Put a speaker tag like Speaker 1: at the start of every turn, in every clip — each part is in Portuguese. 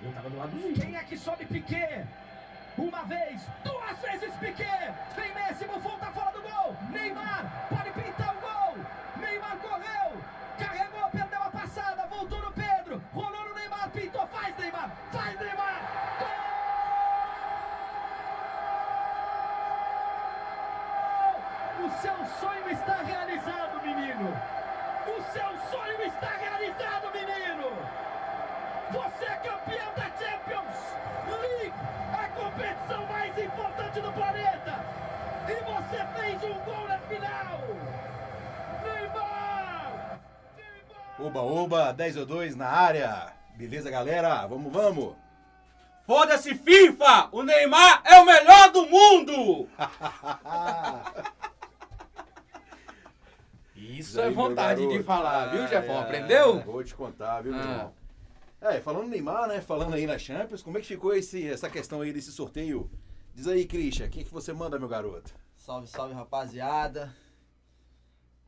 Speaker 1: absurdo.
Speaker 2: Quem é que sobe Piquet? Uma vez, duas vezes Piquet. Vem Messi, Buffon tá fora do gol. Neymar, pode pintar o gol. Neymar correu, carregou, perdeu a passada, voltou no Pedro, rolou no Neymar, pintou, faz Neymar, faz Neymar. Gol! O seu sonho está realizado, menino. O seu sonho está realizado, menino. Você é campeão da Champions League, a competição mais importante do planeta. E você fez um gol na final. Neymar! Neymar!
Speaker 1: Oba, oba, 10 ou 2 na área. Beleza, galera? Vamos, vamos.
Speaker 3: Foda-se, FIFA! O Neymar é o melhor do mundo! Isso é
Speaker 1: Aí, meu
Speaker 3: vontade de
Speaker 1: garoto.
Speaker 3: falar, viu,
Speaker 1: Ah,
Speaker 3: Jefão?
Speaker 1: é,
Speaker 3: Aprendeu?
Speaker 1: Vou te contar, viu, meu
Speaker 3: Ah.
Speaker 1: irmão? É, falando em Neymar, né? Falando aí na Champions, como é que ficou esse, essa questão aí desse sorteio? Diz aí, Christian, o que, que você manda, meu garoto?
Speaker 4: Salve, salve, rapaziada.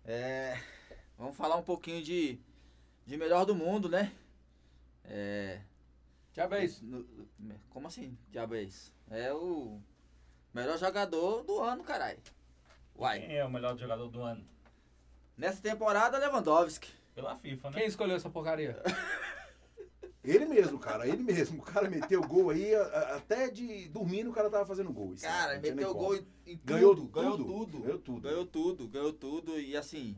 Speaker 4: É, vamos falar um pouquinho de, de melhor do mundo, né? É,
Speaker 3: Diabo é isso.
Speaker 4: no- no- como assim, diabo é isso? É o melhor jogador do ano, caralho. Uai,
Speaker 5: Quem é o melhor jogador do ano?
Speaker 4: nessa temporada, Lewandowski.
Speaker 5: Pela FIFA, né?
Speaker 3: Quem escolheu essa porcaria?
Speaker 1: Ele mesmo, cara, ele mesmo. O cara meteu gol aí, a- a- até de dormindo o cara tava fazendo gol. Isso,
Speaker 4: Cara,
Speaker 1: não tinha nem
Speaker 4: meteu
Speaker 1: como.
Speaker 4: gol em, em
Speaker 1: Ganhou
Speaker 4: tudo,
Speaker 1: tudo,
Speaker 4: ganhou tudo.
Speaker 1: ganhou tudo.
Speaker 4: Ganhou tudo, ganhou tudo. E assim,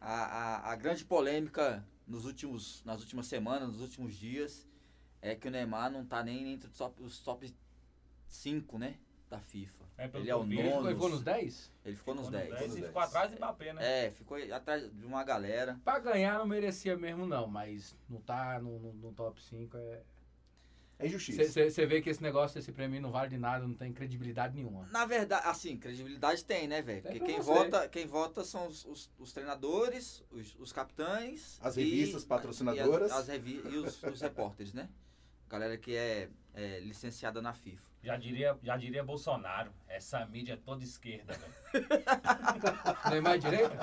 Speaker 4: a, a, a grande polêmica nos últimos, nas últimas semanas, nos últimos dias, é que o Neymar não tá nem entre os top, os top 5, né? Da FIFA.
Speaker 5: É, pelo
Speaker 4: ele é o
Speaker 5: que eu vi,
Speaker 3: Ele ficou,
Speaker 4: nono.
Speaker 3: ele ficou nos 10?
Speaker 4: Ele ficou nos
Speaker 5: Ficou nos
Speaker 4: 10.
Speaker 1: dez.
Speaker 5: e
Speaker 1: nos
Speaker 5: ficou atrás de Mbappé, né?
Speaker 4: É, ficou atrás de uma galera.
Speaker 3: Pra ganhar não merecia mesmo, não, mas não tá no, no- no top 5 é.
Speaker 1: É injustiça.
Speaker 3: Você vê que esse negócio, esse prêmio não vale de nada, não tem credibilidade nenhuma.
Speaker 4: Na verdade, assim, credibilidade tem, né, velho?
Speaker 3: Tem
Speaker 4: Porque
Speaker 3: pra
Speaker 4: quem
Speaker 3: você.
Speaker 4: vota, quem vota são os, os- os treinadores, os, os capitães.
Speaker 1: As
Speaker 4: e-
Speaker 1: revistas patrocinadoras.
Speaker 4: E, as- as revi- e os, os repórteres, né? Galera que é, é licenciada na FIFA.
Speaker 5: Já, diria, já diria Bolsonaro, essa mídia é toda esquerda, velho.
Speaker 3: Neymar é direita?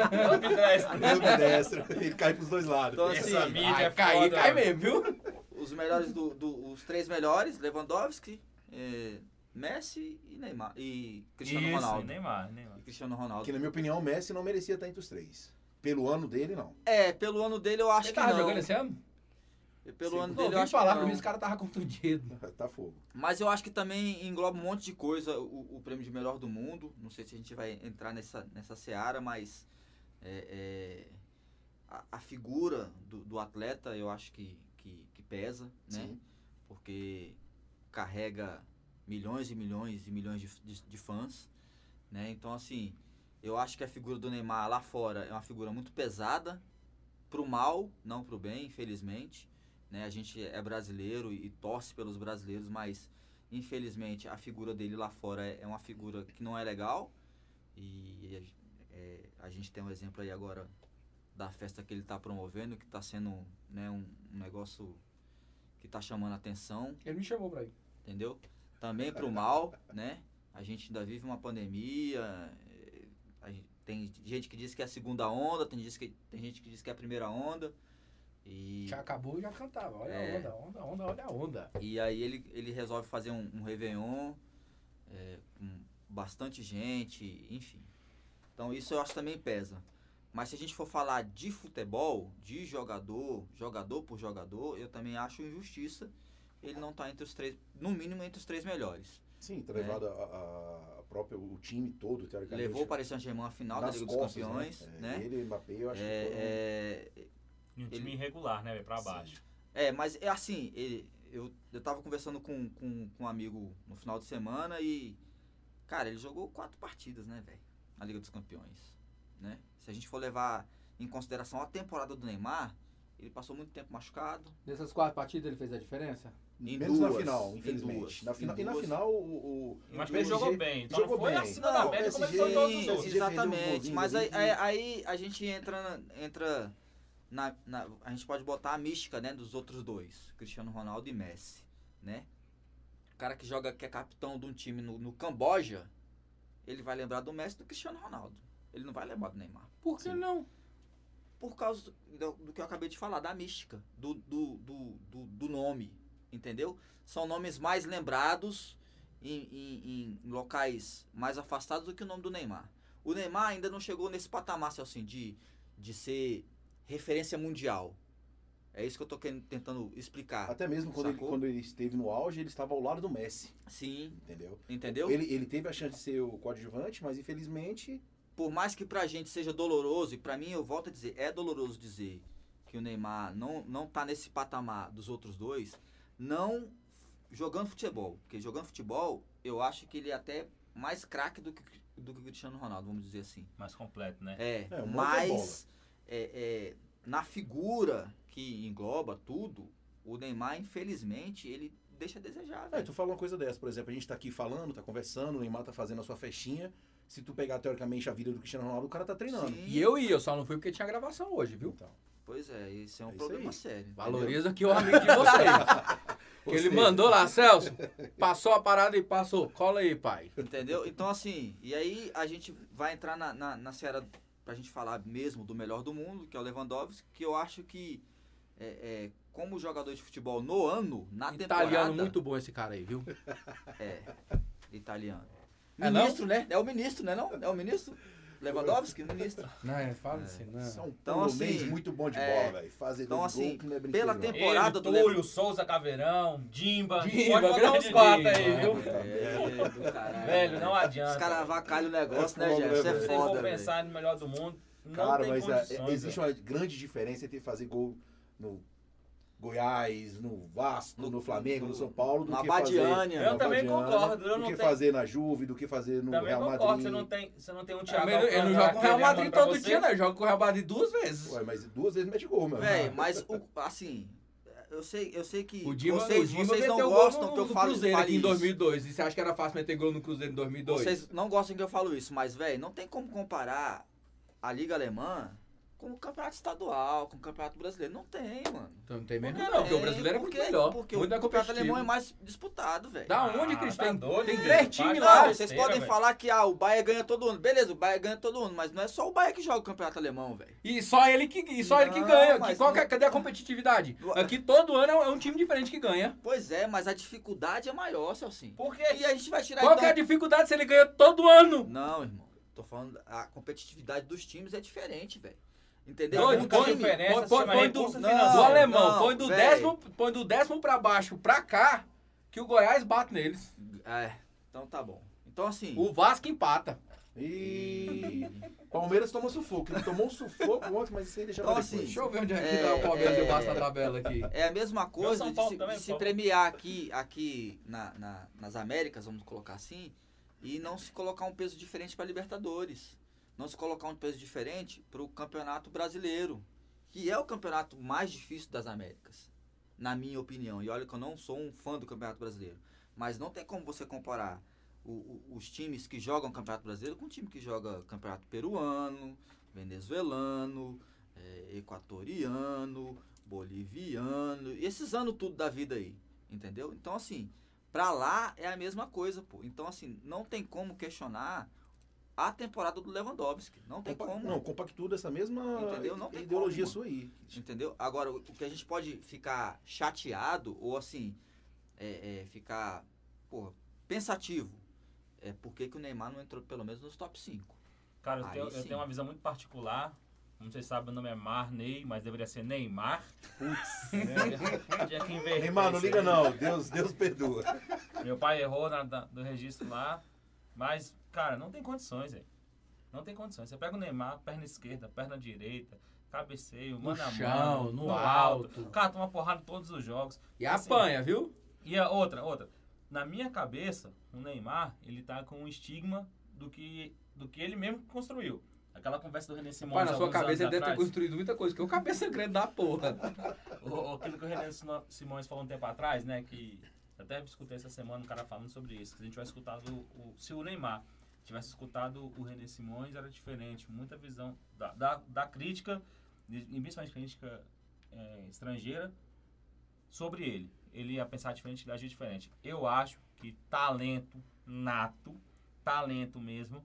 Speaker 5: Não me desce, né?
Speaker 1: Ele obedece, ele cai pros dois lados.
Speaker 4: Então, assim,
Speaker 5: Essa mídia é
Speaker 3: Ai, cai,
Speaker 5: foda,
Speaker 3: cai
Speaker 5: velho.
Speaker 3: mesmo, viu?
Speaker 4: Os melhores do, do- os três melhores, Lewandowski, eh, Messi e Neymar. E Cristiano
Speaker 5: Isso,
Speaker 4: Ronaldo.
Speaker 5: Neymar, Neymar.
Speaker 4: E Cristiano Ronaldo.
Speaker 1: Que na minha opinião, o Messi não merecia estar entre os três. Pelo ano dele, não.
Speaker 4: É, pelo ano dele eu acho
Speaker 3: Ele
Speaker 4: que
Speaker 3: tava
Speaker 4: não.
Speaker 3: jogando esse ano?
Speaker 4: Pelo
Speaker 1: Sim.
Speaker 4: ano
Speaker 3: Não,
Speaker 4: dele eu
Speaker 3: ouvi
Speaker 4: acho
Speaker 3: falar
Speaker 4: que
Speaker 3: pra
Speaker 4: não.
Speaker 3: mim, esse cara tava contundido.
Speaker 1: Tá fogo.
Speaker 4: Mas eu acho que também engloba um monte de coisa o, o prêmio de melhor do mundo. Não sei se a gente vai entrar nessa, nessa seara, mas é, é, a, a figura do, do atleta eu acho que, que, que pesa, né?
Speaker 1: Sim.
Speaker 4: Porque carrega milhões e milhões e milhões de, de, de fãs, né? Então, assim, eu acho que a figura do Neymar lá fora é uma figura muito pesada, pro mal, não pro bem, infelizmente. Né? A gente é brasileiro e torce pelos brasileiros, mas infelizmente a figura dele lá fora é é uma figura que não é legal. E a, é, a gente tem um exemplo aí agora da festa que ele está promovendo, que está sendo né, um, um negócio que está chamando a atenção,
Speaker 3: Ele me chamou pra ir.
Speaker 4: entendeu? Também pro mal, né? A gente ainda vive uma pandemia, é, a gente- tem gente que diz que é a segunda onda, tem, diz que, tem gente que diz que é a primeira onda. E
Speaker 3: Já acabou e já cantava. Olha
Speaker 4: É.
Speaker 3: a onda, onda, onda, olha a onda.
Speaker 4: E aí ele, ele resolve fazer um, um Réveillon é, com bastante gente, enfim. Então isso eu acho que também pesa. Mas se a gente for falar de futebol, de jogador, jogador por jogador, eu também acho injustiça ele não tá entre os três, no mínimo entre os três melhores.
Speaker 1: Sim,
Speaker 4: É.
Speaker 1: tá levado a, a- a própria, o time todo, teoricamente.
Speaker 4: Levou o Paris Saint-Germain à final da
Speaker 1: nas
Speaker 4: Liga
Speaker 1: costas,
Speaker 4: dos Campeões,
Speaker 1: É,
Speaker 4: né?
Speaker 1: Ele e Mbappé, eu acho que foram...
Speaker 4: É, é,
Speaker 5: E um time
Speaker 4: Ele-
Speaker 5: irregular, né, velho? Pra
Speaker 1: Sim.
Speaker 5: baixo.
Speaker 4: É, mas é assim, ele- eu, eu tava conversando com, com, com um amigo no final de semana e. Cara, ele jogou quatro partidas, né, velho? Na Liga dos Campeões. Né? Se a gente for levar em consideração a temporada do Neymar, ele passou muito tempo machucado.
Speaker 3: Nessas quatro partidas ele fez a diferença?
Speaker 4: Em
Speaker 1: Menos na
Speaker 4: duas,
Speaker 1: final,
Speaker 4: em
Speaker 1: infelizmente.
Speaker 4: duas,
Speaker 1: na final,
Speaker 4: em
Speaker 1: e na
Speaker 4: duas.
Speaker 1: final, o... o
Speaker 5: Mas
Speaker 1: o
Speaker 5: ele jogou
Speaker 1: PSG
Speaker 5: bem, então
Speaker 1: jogou
Speaker 5: não foi
Speaker 1: bem.
Speaker 5: acima da
Speaker 4: Não,
Speaker 5: média como ele
Speaker 1: PSG
Speaker 5: foi em todos os
Speaker 4: Sim,
Speaker 1: PSG
Speaker 5: outros.
Speaker 1: perdeu um
Speaker 4: exatamente.
Speaker 1: golzinho
Speaker 4: Mas aí,
Speaker 1: ali que-
Speaker 4: aí- aí a gente entra, na- entra na, na- A gente pode botar a mística né, dos outros dois, Cristiano Ronaldo e Messi. Né? O cara que joga, que é capitão de um time no, no Camboja, ele vai lembrar do Messi e do Cristiano Ronaldo. Ele não vai lembrar do Neymar.
Speaker 3: Por que
Speaker 4: Sim.
Speaker 3: não?
Speaker 4: Por causa do, do que eu acabei de falar, da mística, do, do, do, do, do nome. entendeu? São nomes mais lembrados em, em- em locais mais afastados do que o nome do Neymar. O Neymar ainda não chegou nesse patamar, Celcinho, de, de ser referência mundial. É isso que eu tô querendo- tentando explicar.
Speaker 1: Até mesmo quando ele,
Speaker 4: Ah, Sacou?
Speaker 1: quando ele esteve no auge, ele estava ao lado do Messi,
Speaker 4: Sim,
Speaker 1: entendeu?
Speaker 4: entendeu?
Speaker 1: Ele, ele teve a chance de ser o coadjuvante, mas infelizmente
Speaker 4: por mais que pra gente seja doloroso, e pra mim eu volto a dizer, é doloroso dizer que o Neymar não, não tá nesse patamar dos outros dois, não jogando futebol. Porque jogando futebol, eu acho que ele é até mais craque do que, do que o Cristiano Ronaldo, vamos dizer assim.
Speaker 5: Mais completo, né?
Speaker 4: É,
Speaker 1: É, um monte de
Speaker 4: mas é, é, na figura que engloba tudo, o Neymar, infelizmente, ele deixa a desejar.
Speaker 1: É,
Speaker 4: velho.
Speaker 1: tu fala uma coisa dessa, por exemplo, a gente tá aqui falando, tá conversando, o Neymar tá fazendo a sua festinha. Se tu pegar teoricamente a vida do Cristiano Ronaldo, o cara tá treinando.
Speaker 4: Sim,
Speaker 6: E eu ia, eu só não fui porque tinha gravação hoje, viu?
Speaker 1: Então,
Speaker 4: Pois é, esse é um
Speaker 1: É isso
Speaker 4: problema
Speaker 1: aí.
Speaker 4: sério. entendeu?
Speaker 6: Valoriza que o amigo de vocês. que
Speaker 1: Ou
Speaker 6: ele
Speaker 1: seja,
Speaker 6: mandou lá, Celso, passou a parada e passou. Cola aí, pai.
Speaker 4: Entendeu? Então, assim, e aí a gente vai entrar na, na, na seara pra gente falar mesmo do melhor do mundo, que é o Lewandowski, que eu acho que, é, é, como jogador de futebol no ano, na temporada...
Speaker 6: Italiano muito bom esse cara aí, viu?
Speaker 4: É, italiano.
Speaker 6: É não?
Speaker 4: ministro, né? É o ministro, né? Não? É o ministro? Lewandowski, ministro.
Speaker 6: Não,
Speaker 3: é,
Speaker 6: ele fala assim, não.
Speaker 1: São Paulo
Speaker 4: Então, assim,
Speaker 1: Mendes é um muito bom de
Speaker 4: é,
Speaker 1: bola, velho. Fazer
Speaker 4: então,
Speaker 1: dois
Speaker 4: assim,
Speaker 1: gols que não é brincadeira,
Speaker 4: Pela
Speaker 1: não.
Speaker 4: temporada do
Speaker 5: Ele, Túlio,
Speaker 4: Lewandowski...
Speaker 5: Souza, Caveirão, Dimba.
Speaker 6: Dimba,
Speaker 5: Pode botar uns
Speaker 6: grande
Speaker 5: quatro
Speaker 6: Dimba.
Speaker 5: aí, viu?
Speaker 4: É, do caralho.
Speaker 5: Velho, não adianta.
Speaker 4: Os caras avacalham o negócio,
Speaker 1: É
Speaker 4: né,
Speaker 1: foda,
Speaker 4: gente? Isso
Speaker 5: Se
Speaker 4: é
Speaker 1: velho.
Speaker 5: você
Speaker 4: foda,
Speaker 5: for
Speaker 4: velho.
Speaker 5: pensar no melhor do mundo, não
Speaker 1: Cara,
Speaker 5: tem
Speaker 1: mas é,
Speaker 5: condições.
Speaker 1: existe
Speaker 5: velho.
Speaker 1: uma grande diferença entre fazer gol no Goiás, no Vasco, no,
Speaker 4: No-
Speaker 1: Flamengo, no,
Speaker 4: no-
Speaker 1: São Paulo, do
Speaker 4: na
Speaker 1: que
Speaker 4: Badiânia.
Speaker 1: fazer...
Speaker 5: Eu também
Speaker 1: Badiânia,
Speaker 5: concordo, eu
Speaker 1: Do
Speaker 5: não
Speaker 1: que
Speaker 5: tenho-
Speaker 1: fazer na Juve, do que fazer no
Speaker 5: Também
Speaker 1: um Real
Speaker 5: concordo,
Speaker 1: Madrid.
Speaker 5: você não tem, você não tem um Thiago
Speaker 6: Também não- É, Ele não joga com o Real
Speaker 5: Alcântara
Speaker 6: Madrid
Speaker 5: pra
Speaker 6: todo
Speaker 5: você.
Speaker 6: dia, né? Ele Joga com o Real Madrid duas vezes.
Speaker 1: Ué, mas duas vezes mete gol, meu.
Speaker 4: Véi, mas o- assim, eu sei, eu sei que
Speaker 6: O Dima,
Speaker 4: vocês,
Speaker 6: o Dima
Speaker 4: vocês não
Speaker 6: meteu gol
Speaker 4: gostam
Speaker 6: no,
Speaker 4: que eu
Speaker 6: no
Speaker 4: falo,
Speaker 6: Cruzeiro
Speaker 4: fale
Speaker 6: aqui em
Speaker 4: isso.
Speaker 6: 2002. E você acha que era fácil meter gol no Cruzeiro em 2002?
Speaker 4: Vocês não gostam que eu falo isso, mas véi, não tem como comparar a Liga Alemã com o Campeonato Estadual, com o Campeonato Brasileiro, não tem, mano.
Speaker 6: Então não tem mesmo
Speaker 4: Não
Speaker 6: não, porque o
Speaker 4: tem,
Speaker 6: brasileiro é muito
Speaker 4: porque-
Speaker 6: melhor.
Speaker 4: Porque
Speaker 6: muito
Speaker 4: o
Speaker 6: mais
Speaker 4: Campeonato
Speaker 6: competitivo.
Speaker 4: Alemão é mais disputado, velho.
Speaker 6: Da onde,
Speaker 5: Ah,
Speaker 6: Cristian?
Speaker 5: tá doido,
Speaker 6: tem
Speaker 5: hein?
Speaker 6: três
Speaker 5: Vai
Speaker 6: times lá.
Speaker 5: dar
Speaker 4: Claro,
Speaker 5: besteira,
Speaker 4: vocês podem
Speaker 5: velho.
Speaker 4: falar que ah, o Bahia ganha todo ano. Beleza, o Bahia ganha todo ano, mas não é só o Bahia que joga o Campeonato Alemão, velho.
Speaker 6: E só ele que, e só ele que
Speaker 4: Não,
Speaker 6: ganha. Que
Speaker 4: mas
Speaker 6: qual que é-
Speaker 4: não-
Speaker 6: cadê a competitividade?
Speaker 4: Não.
Speaker 6: Aqui todo ano é um time diferente que ganha.
Speaker 4: Pois é, mas a dificuldade é maior, Celcinho.
Speaker 5: Por quê?
Speaker 4: E a gente vai tirar
Speaker 6: Qual
Speaker 4: então-
Speaker 6: que é a dificuldade se ele ganha todo ano?
Speaker 4: Não, irmão. Tô falando, a competitividade dos times é diferente, velho. Entendeu?
Speaker 5: Não,
Speaker 6: Doido,
Speaker 5: não
Speaker 4: Um
Speaker 5: tem
Speaker 6: põe,
Speaker 4: time-
Speaker 5: diferença,
Speaker 6: põe- põe-
Speaker 5: chama
Speaker 6: põe do,
Speaker 5: recurso
Speaker 6: do
Speaker 5: financeiro.
Speaker 6: alemão,
Speaker 4: Não,
Speaker 6: põe, do
Speaker 4: véi.
Speaker 6: décimo, põe do décimo pra baixo pra cá, que o Goiás bate neles.
Speaker 4: É, então tá bom. Então assim,
Speaker 6: O Vasco empata.
Speaker 1: E Palmeiras toma sufoco. Ele tomou um sufoco ontem, mas isso aí deixa pra
Speaker 4: Então,
Speaker 1: depois.
Speaker 4: assim,
Speaker 6: Deixa eu ver onde é que
Speaker 4: É,
Speaker 6: tá o Palmeiras e o
Speaker 4: é.
Speaker 6: Vasco na tabela aqui.
Speaker 4: é a mesma coisa
Speaker 5: São
Speaker 4: de
Speaker 5: Paulo
Speaker 4: se,
Speaker 5: também,
Speaker 4: de se
Speaker 5: Paulo.
Speaker 4: premiar aqui, aqui na- na- nas Américas, vamos colocar assim, e não se colocar um peso diferente pra Libertadores. Não se colocar um peso diferente pro Campeonato Brasileiro, que é o campeonato mais difícil das Américas, na minha opinião. E olha que eu não sou um fã do Campeonato Brasileiro. Mas não tem como você comparar o- o- os times que jogam Campeonato Brasileiro com o time que joga Campeonato Peruano, Venezuelano, eh, Equatoriano, Boliviano, e esses anos tudo da vida aí, entendeu? Então, assim, pra lá é a mesma coisa, pô. Então, assim, não tem como questionar a temporada do Lewandowski. Não tem
Speaker 1: Compa-
Speaker 4: como.
Speaker 1: Não, compactua dessa mesma
Speaker 4: Entendeu? Não tem
Speaker 1: ideologia
Speaker 4: como,
Speaker 1: sua aí.
Speaker 4: Entendeu? Agora, o que a gente pode ficar chateado ou assim, é, é, ficar porra, pensativo é por que, que o Neymar não entrou pelo menos nos top 5.
Speaker 5: Cara, eu
Speaker 4: Aí
Speaker 5: tenho, eu
Speaker 4: sim.
Speaker 5: tenho uma visão muito particular. Como vocês sabem, meu nome é Marney, mas deveria ser Neymar. Né?
Speaker 1: Putz.
Speaker 5: Tinha que inverter
Speaker 1: Neymar, não
Speaker 5: É isso
Speaker 1: liga
Speaker 5: aí.
Speaker 1: não. Deus, Deus perdoa.
Speaker 5: Meu pai errou na, da- do registro lá. Mas, cara, não tem condições, velho. Não tem condições. Você pega o Neymar, perna esquerda, perna direita, cabeceio, mano a
Speaker 6: chão,
Speaker 5: mano,
Speaker 6: no alto.
Speaker 5: Cara, toma porrada em todos os jogos.
Speaker 6: E
Speaker 5: Assim,
Speaker 6: apanha, viu?
Speaker 5: E a outra, outra. Na minha cabeça, o Neymar, ele tá com um estigma do que, do que ele mesmo construiu. Aquela conversa do René Simões
Speaker 6: Pai, na sua
Speaker 5: alguns anos
Speaker 6: cabeça ele deve ter
Speaker 5: atrás.
Speaker 6: construído muita coisa, que é o cabeça grande da porra.
Speaker 5: O- o- Aquilo que o Renan Sino- Simões falou um tempo atrás, né? Que até escutei essa semana um cara falando sobre isso. Que se a gente tivesse escutado o, o- se o Neymar tivesse escutado o René Simões, era diferente. Muita visão da, da, da crítica, e e principalmente crítica eh, estrangeira, sobre ele. Ele ia pensar diferente, ele ia agir diferente. Eu acho que talento nato, talento mesmo,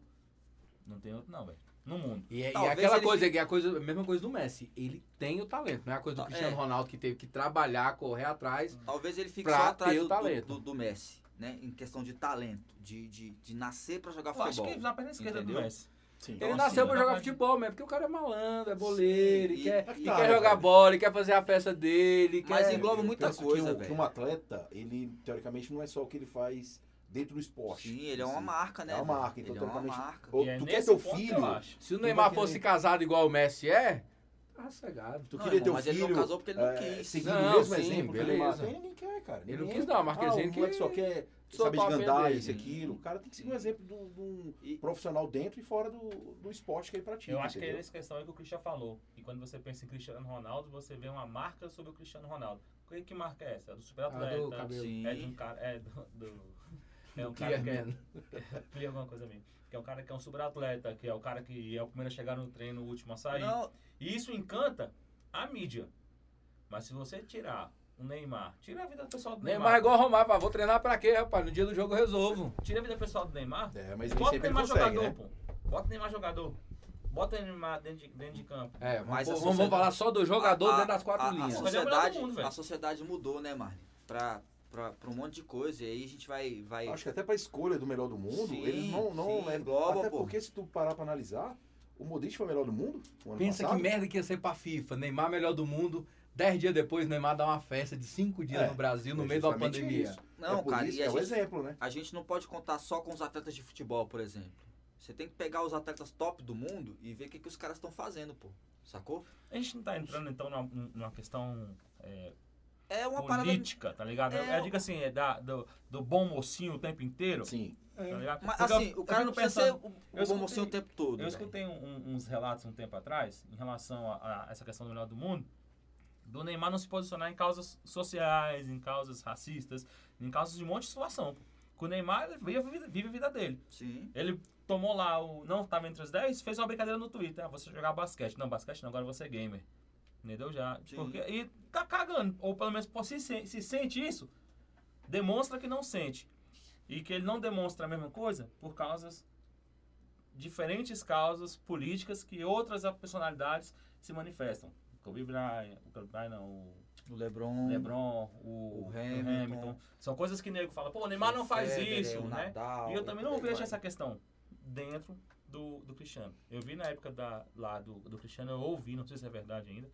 Speaker 5: não tem outro não, velho. no mundo.
Speaker 6: E, é- e é
Speaker 4: Talvez
Speaker 6: aquela
Speaker 4: ele
Speaker 6: coisa, que é a coisa, a mesma coisa do Messi. Ele tem o talento, não é a coisa do
Speaker 4: Tá,
Speaker 6: Cristiano
Speaker 4: é.
Speaker 6: Ronaldo que teve que trabalhar, correr atrás.
Speaker 4: Talvez ele fique
Speaker 6: Pra
Speaker 4: só
Speaker 6: ter
Speaker 4: atrás
Speaker 6: o
Speaker 4: do,
Speaker 6: talento.
Speaker 4: do- do Messi, né? Em questão de talento, de, de, de nascer pra jogar
Speaker 5: Eu acho
Speaker 4: futebol.
Speaker 5: que na perna esquerda
Speaker 4: Entendeu?
Speaker 5: do Messi.
Speaker 1: Sim.
Speaker 4: Então,
Speaker 6: ele
Speaker 4: assim,
Speaker 6: nasceu
Speaker 5: não
Speaker 6: pra
Speaker 5: dá
Speaker 6: jogar
Speaker 5: pra-
Speaker 6: futebol mesmo, porque o cara é malandro, é boleiro,
Speaker 4: Sim,
Speaker 6: ele quer,
Speaker 4: e-
Speaker 6: ele
Speaker 1: Tá,
Speaker 6: quer
Speaker 1: velho.
Speaker 6: jogar bola, ele quer fazer a festa dele,
Speaker 4: Mas
Speaker 6: quer...
Speaker 4: engloba
Speaker 1: É, Eu
Speaker 4: muita
Speaker 1: penso que
Speaker 4: coisa,
Speaker 1: o- que,
Speaker 4: velho.
Speaker 1: um atleta, ele, teoricamente, não é só o que ele faz dentro do esporte.
Speaker 4: Sim, ele é uma marca, né?
Speaker 1: É uma
Speaker 4: velho?
Speaker 1: marca, então,
Speaker 4: Ele é uma
Speaker 1: teoricamente,
Speaker 4: marca.
Speaker 1: Ou
Speaker 5: E é
Speaker 1: tu quer
Speaker 5: nesse
Speaker 1: teu
Speaker 5: ponto que
Speaker 1: filho,
Speaker 5: Eu acho.
Speaker 6: Se o
Speaker 1: Não
Speaker 6: Neymar
Speaker 1: vai querer.
Speaker 6: fosse casado igual o Messi é, tá cegado.
Speaker 1: tu
Speaker 4: Não,
Speaker 1: queria
Speaker 4: irmão,
Speaker 1: teu
Speaker 4: mas
Speaker 1: filho...
Speaker 4: ele não casou porque ele não
Speaker 1: é,
Speaker 4: quis.
Speaker 1: Seguindo
Speaker 6: Não,
Speaker 1: o mesmo
Speaker 6: sim,
Speaker 1: exemplo que
Speaker 4: é
Speaker 6: beleza.
Speaker 1: ele é mata. Ele ninguém quer, cara.
Speaker 6: Ele não
Speaker 1: Ninguém
Speaker 6: quis
Speaker 1: quer.
Speaker 6: não, a Marquezine
Speaker 1: ah, o moleque
Speaker 6: que-
Speaker 1: só quer
Speaker 6: soltar
Speaker 1: saber de
Speaker 6: a perna
Speaker 1: gandar,
Speaker 6: dele.
Speaker 1: isso, aquilo. O cara tem que seguir um exemplo de um- de um
Speaker 4: Hum. E-
Speaker 1: profissional dentro e fora do, do esporte que ele pratica.
Speaker 5: Eu acho que é
Speaker 1: entendeu?
Speaker 5: nessa questão aí que o Cristiano falou. E quando você pensa em Cristiano Ronaldo, você vê uma marca sobre o Cristiano Ronaldo. Que, que marca é essa? É do
Speaker 6: Ah, do
Speaker 5: superatleta?
Speaker 6: cabelo.
Speaker 4: Sim.
Speaker 5: é de um cara. É do. do- é um cara
Speaker 6: Clear
Speaker 5: que é,
Speaker 6: Man.
Speaker 5: Clear alguma coisa mesmo. Que é um cara que é um superatleta, que é o cara que é o primeiro a chegar no treino, o último a sair.
Speaker 4: Não,
Speaker 5: E isso encanta a mídia. Mas se você tirar o Neymar, tira a vida pessoal do Neymar.
Speaker 6: Neymar é igual o Romário, fala, vou treinar pra quê, rapaz? No dia do jogo eu resolvo.
Speaker 5: Tira a vida pessoal do Neymar.
Speaker 1: É, mas nem
Speaker 5: Bota o
Speaker 1: sempre ele
Speaker 5: Neymar
Speaker 1: consegue,
Speaker 5: jogador,
Speaker 1: né?
Speaker 5: pô. Bota o Neymar jogador. Bota o Neymar dentro de, dentro de campo.
Speaker 6: É, vamos,
Speaker 4: Mas a
Speaker 6: vamos-
Speaker 4: sociedade-
Speaker 6: vamos falar só do jogador
Speaker 4: a-
Speaker 6: dentro das quatro
Speaker 4: a-
Speaker 6: linhas.
Speaker 4: A
Speaker 5: Mas é o melhor do
Speaker 4: sociedade,
Speaker 5: mundo, velho.
Speaker 4: a sociedade mudou, né, Marlon? Pra, pra, pra um monte de coisa. E aí a gente vai. vai...
Speaker 1: Acho que até pra escolha do melhor do mundo,
Speaker 4: Sim,
Speaker 1: eles não, não
Speaker 4: sim,
Speaker 1: levam.
Speaker 4: engloba,
Speaker 1: até
Speaker 4: pô.
Speaker 1: porque se tu parar pra analisar, o Modric foi o melhor do mundo o ano
Speaker 6: Pensa que
Speaker 1: passado.
Speaker 6: merda que ia ser pra FIFA. Neymar melhor do mundo. Dez dias depois, Neymar dá uma festa de cinco dias
Speaker 1: É,
Speaker 6: no Brasil, no
Speaker 1: é
Speaker 6: meio da
Speaker 1: justamente
Speaker 6: pandemia.
Speaker 1: isso.
Speaker 4: Não,
Speaker 1: é por
Speaker 4: cara,
Speaker 1: isso
Speaker 4: e
Speaker 1: que
Speaker 4: a
Speaker 1: é o
Speaker 4: gente,
Speaker 1: exemplo, né?
Speaker 4: a gente não pode contar só com os atletas de futebol, por exemplo. Você tem que pegar os atletas top do mundo e ver o que, que os caras estão fazendo, pô. Sacou?
Speaker 5: A gente não tá entrando, então, numa, numa questão é,
Speaker 4: É uma parada.
Speaker 5: política, tá ligado?
Speaker 4: É,
Speaker 5: É, digo assim, é da- do, do bom mocinho o tempo inteiro,
Speaker 1: Sim.
Speaker 5: tá ligado?
Speaker 4: Mas
Speaker 5: Porque
Speaker 4: assim,
Speaker 5: eu-
Speaker 4: o
Speaker 5: eu
Speaker 4: cara não
Speaker 5: fico
Speaker 4: precisa ser
Speaker 5: pensando-
Speaker 4: o,
Speaker 5: eu
Speaker 4: o bom mocinho o
Speaker 5: escutei-
Speaker 4: tempo todo.
Speaker 5: Eu
Speaker 4: velho.
Speaker 5: escutei um- um- uns relatos um tempo atrás em relação a, a essa questão do melhor do mundo, do Neymar não se posicionar em causas sociais, em causas racistas, em causas de um monte de situação. Que o Neymar ele vive, a vida- vive a vida dele.
Speaker 4: Sim.
Speaker 5: Ele tomou lá o. Não estava entre os 10, fez uma brincadeira no Twitter. Ah, você jogar basquete. Não, basquete não, agora você é gamer. Entendeu já?
Speaker 4: Sim.
Speaker 5: Porque, e tá cagando. Ou pelo menos pô, se, se se sente isso, demonstra que não sente. E que ele não demonstra a mesma coisa por causas. diferentes causas políticas que outras personalidades se manifestam. Kobe Bryant, o Kobe Bryant não, o
Speaker 4: O Lebron.
Speaker 5: LeBron, o,
Speaker 4: Hum. O
Speaker 5: o
Speaker 4: Hamilton. É
Speaker 5: Hamilton. São coisas que nego fala, pô, o Neymar não faz isso, né? E eu também não vejo essa questão dentro do, do Cristiano. Eu vi na época da, lá do, do Cristiano, eu ouvi, não sei se é verdade ainda,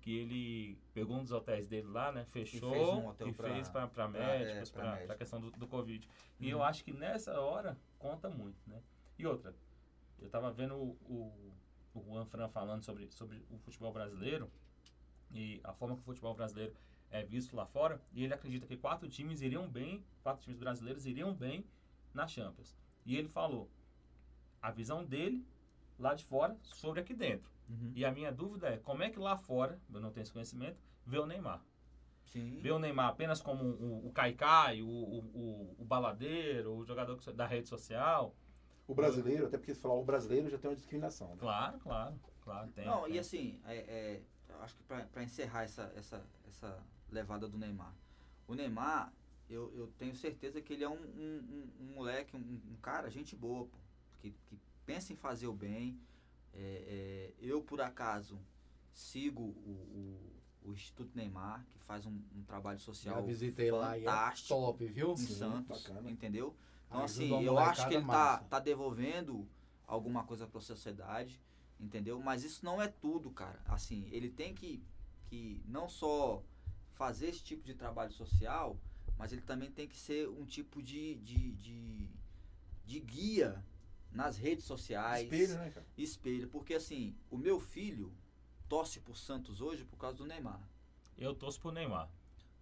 Speaker 5: que ele pegou um dos hotéis dele lá, né? Fechou
Speaker 4: fez um hotel
Speaker 5: e
Speaker 4: pra-
Speaker 5: fez pra, pra
Speaker 4: pra- é,
Speaker 5: médicos,
Speaker 4: pra
Speaker 5: pra, pra
Speaker 4: médico.
Speaker 5: questão do, do Covid. E eu acho que nessa hora conta muito, né? E outra, eu tava vendo o, o, o Juan Fran falando sobre, sobre o futebol brasileiro e a forma que o futebol brasileiro é visto lá fora, e ele acredita que quatro times iriam bem, quatro times brasileiros iriam bem na Champions. E ele falou a visão dele lá de fora sobre aqui dentro.
Speaker 4: Uhum.
Speaker 5: E a minha dúvida é como é que lá fora, eu não tenho esse conhecimento, vê o Neymar.
Speaker 4: Sim.
Speaker 5: Vê o Neymar apenas como um, o, o Caicai, o, o, o- o baladeiro, o jogador que- da rede social.
Speaker 1: O brasileiro, até porque se falar o brasileiro já tem uma discriminação. né?
Speaker 5: Claro, claro, claro, tem.
Speaker 4: Não,
Speaker 5: tem.
Speaker 4: e assim, é, é, eu acho que pra, pra encerrar essa, essa, essa levada do Neymar. O Neymar, eu, eu tenho certeza que ele é um, um- um- um moleque, um, um cara, gente boa, pô, que, que pensa em fazer o bem. É, é, eu, por acaso, sigo o, o- o Instituto Neymar, que faz um, um trabalho social
Speaker 6: Já visitei lá e é
Speaker 4: fantástico
Speaker 6: top, viu?
Speaker 4: em
Speaker 1: Sim,
Speaker 4: Santos,
Speaker 1: bacana.
Speaker 4: entendeu? Então,
Speaker 6: Ajuda
Speaker 4: assim,
Speaker 6: uma
Speaker 4: eu acho
Speaker 6: molecada
Speaker 4: que ele tá,
Speaker 6: massa.
Speaker 4: tá devolvendo alguma coisa pra sociedade, entendeu? Mas isso não é tudo, cara. Assim, ele tem que, que não só fazer esse tipo de trabalho social, mas ele também tem que ser um tipo de, de, de, de guia nas redes sociais
Speaker 1: Espelho, né, cara?
Speaker 4: espelho. Porque, assim, o meu filho torce por Santos hoje por causa do Neymar.
Speaker 5: Eu torço pro Neymar.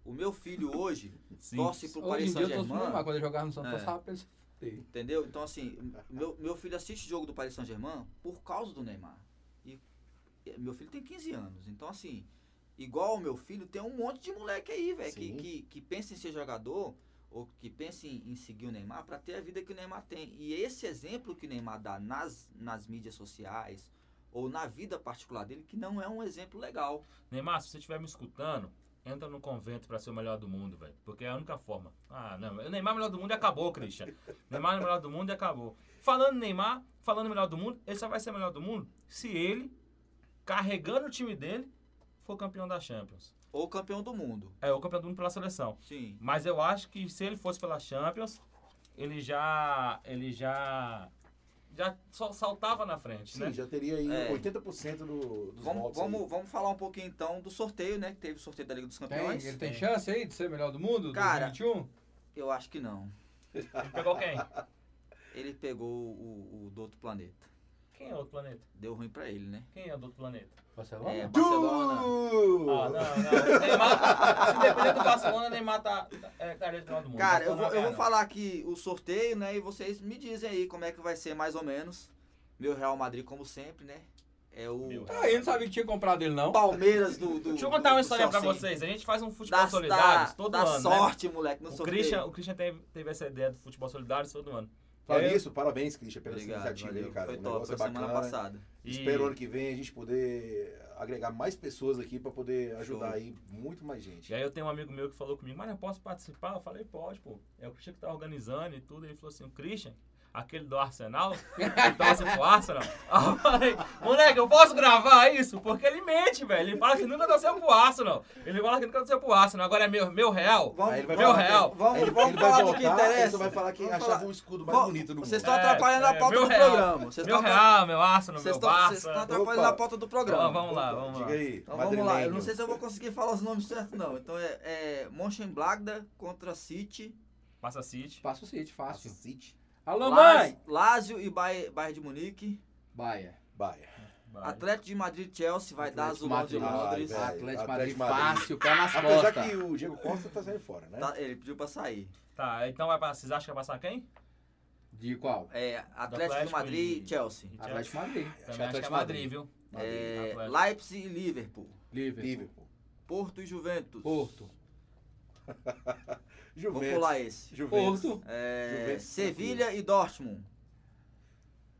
Speaker 4: O meu filho hoje
Speaker 5: Sim.
Speaker 4: torce pro
Speaker 6: Hoje em
Speaker 4: Paris
Speaker 6: dia eu tô
Speaker 4: Saint-Germain.
Speaker 6: Neymar. Quando eu jogava no Santos,
Speaker 4: É.
Speaker 6: eu passava pra ele se fuder.
Speaker 4: Entendeu? Então, assim, meu, meu filho assiste jogo do Paris Saint-Germain por causa do Neymar. E, e meu filho tem 15 anos. Então, assim, igual o meu filho, tem um monte de moleque aí, velho, que,
Speaker 1: Sim.
Speaker 4: que, que pensa em ser jogador ou que pensa em, em seguir o Neymar pra ter a vida que o Neymar tem. E esse exemplo que o Neymar dá nas, nas mídias sociais ou na vida particular dele, que não é um exemplo legal.
Speaker 5: Neymar, se você estiver me escutando, entra no convento pra ser o melhor do mundo, velho. Porque é a única forma. Ah, não. O Neymar é o melhor do mundo e acabou, Christian. Neymar é o melhor do mundo e acabou. Falando em Neymar, falando melhor do mundo, ele só vai ser melhor do mundo se ele, carregando o time dele, for campeão da Champions.
Speaker 4: Ou campeão do mundo.
Speaker 5: É, o campeão do mundo pela seleção.
Speaker 4: Sim.
Speaker 5: Mas eu acho que se ele fosse pela Champions, ele já. Ele já. Já só saltava na frente,
Speaker 1: Sim,
Speaker 5: né?
Speaker 1: já teria aí
Speaker 4: É.
Speaker 1: 80% do, dos
Speaker 4: Vamos,
Speaker 1: votos aí.
Speaker 4: vamos, vamos falar um pouquinho então do sorteio, né? Que teve o sorteio da Liga dos
Speaker 6: Tem,
Speaker 4: Campeões.
Speaker 6: ele tem chance aí de ser melhor do mundo?
Speaker 4: Cara.
Speaker 6: 2021?
Speaker 4: Eu acho que não.
Speaker 5: Ele pegou quem?
Speaker 4: Ele pegou o, o do outro planeta.
Speaker 5: Quem é o outro planeta?
Speaker 4: Deu ruim pra ele, né?
Speaker 5: Quem é o do outro planeta?
Speaker 6: Barcelona?
Speaker 4: É, Barcelona.
Speaker 5: Ah, não,
Speaker 1: Du!
Speaker 5: não. Neymar, se depender do Barcelona, Neymar tá, é, estaria no final do mundo.
Speaker 4: Cara, eu
Speaker 5: Barcelona
Speaker 4: vou, eu
Speaker 5: não ganha,
Speaker 4: vou falar aqui o sorteio, né? E vocês me dizem aí como é que vai ser mais ou menos. Meu Real Madrid, como sempre, né? É
Speaker 5: Meu
Speaker 4: o
Speaker 5: Real.
Speaker 6: Ah, eu não sabia que tinha comprado ele, não.
Speaker 4: Palmeiras do, do. assim.
Speaker 5: não. Deixa eu contar
Speaker 4: do
Speaker 5: uma história pra
Speaker 4: Celcinho.
Speaker 5: vocês. A gente faz um futebol
Speaker 4: Dá,
Speaker 5: solidário
Speaker 4: dá,
Speaker 5: todo
Speaker 4: dá
Speaker 5: ano, né?
Speaker 4: sorte, moleque, no
Speaker 5: O
Speaker 4: sorteio.
Speaker 5: Christian, o Christian teve, teve essa ideia do futebol solidário todo ano.
Speaker 1: Para
Speaker 5: Eu-
Speaker 1: isso, parabéns, Christian, pela
Speaker 4: Obrigado,
Speaker 1: essa iniciativa
Speaker 4: valeu.
Speaker 1: aí, cara.
Speaker 4: Foi
Speaker 1: o
Speaker 4: top,
Speaker 1: negócio
Speaker 4: foi
Speaker 1: é bacana.
Speaker 4: semana passada.
Speaker 5: E-
Speaker 1: Espero ano que vem a gente poder agregar mais pessoas aqui para poder ajudar
Speaker 4: Show.
Speaker 1: aí muito mais gente.
Speaker 5: E aí eu tenho um amigo meu que falou comigo, mas eu posso participar? Eu falei, pode, pô. É o Christian que tá organizando e tudo. Ele falou assim, o Christian, aquele do Arsenal, que torce pro Arsenal. Aí eu falei, moleque, eu posso gravar isso? Porque ele mente, velho. Ele fala que nunca torceu pro Arsenal. Ele fala que nunca torceu pro Arsenal. Agora é meu, meu real.
Speaker 4: Vamos,
Speaker 1: Aí ele vai
Speaker 5: Meu
Speaker 1: falar que-
Speaker 5: real.
Speaker 4: vamos,
Speaker 1: Aí ele-
Speaker 4: vamos
Speaker 1: ele vai
Speaker 4: falar do
Speaker 1: voltar,
Speaker 4: que interessa.
Speaker 1: Ele só vai falar que
Speaker 4: Vamos
Speaker 1: achava
Speaker 4: falar.
Speaker 1: o escudo mais
Speaker 4: Vo-
Speaker 1: bonito do mundo.
Speaker 4: Vocês estão
Speaker 5: É,
Speaker 4: atrapalhando a
Speaker 5: é,
Speaker 4: pauta
Speaker 5: meu
Speaker 4: do
Speaker 5: real.
Speaker 4: programa. Vocês
Speaker 5: Meu
Speaker 4: estão
Speaker 5: real, meu Arsenal, meu Barça.
Speaker 4: atrapalhando
Speaker 1: Opa.
Speaker 4: a pauta do programa.
Speaker 5: Ó, vamos lá, vamos lá.
Speaker 1: Diga aí,
Speaker 4: Então vamos lá, eu
Speaker 1: madrilenho.
Speaker 4: não sei se eu vou conseguir falar os nomes certos, não. Então é, é Mönchengladbach contra City,
Speaker 5: Passa City.
Speaker 6: Passa o City, fácil.
Speaker 1: City,
Speaker 6: Alô,
Speaker 4: Laz-
Speaker 6: mãe!
Speaker 4: Lazio e Bay- Bayern de Munique,
Speaker 6: Baia.
Speaker 1: Bahia.
Speaker 5: Vai.
Speaker 4: Atlético de Madrid e Chelsea, vai dar
Speaker 6: Atlético
Speaker 4: Azulão de
Speaker 6: Madrid.
Speaker 4: Londres.
Speaker 1: Ai, velho.
Speaker 6: Atlético
Speaker 1: Atlético
Speaker 6: Madrid,
Speaker 1: Madrid.
Speaker 6: fácil, pé nas
Speaker 1: Apesar
Speaker 6: costas.
Speaker 1: que o Diego Costa tá saindo fora, né?
Speaker 4: Tá, ele pediu pra sair.
Speaker 5: Tá, então vai pra, vocês acham que vai passar quem?
Speaker 6: De qual?
Speaker 4: É, Atlético de
Speaker 5: Atlético
Speaker 4: Madrid
Speaker 5: e-
Speaker 4: e Chelsea.
Speaker 6: Ah,
Speaker 5: Atlético.
Speaker 6: Atlético Madrid.
Speaker 5: Também acho que é Madrid, viu?
Speaker 1: Madrid,
Speaker 4: É,
Speaker 5: Atlético.
Speaker 4: Leipzig e Liverpool.
Speaker 6: Liverpool.
Speaker 1: Liverpool.
Speaker 4: Porto e Juventus.
Speaker 6: Porto.
Speaker 4: Vou
Speaker 1: Juventus.
Speaker 4: pular esse.
Speaker 1: Juventus.
Speaker 6: Porto.
Speaker 4: É,
Speaker 1: Juventus,
Speaker 4: Sevilha e Dortmund.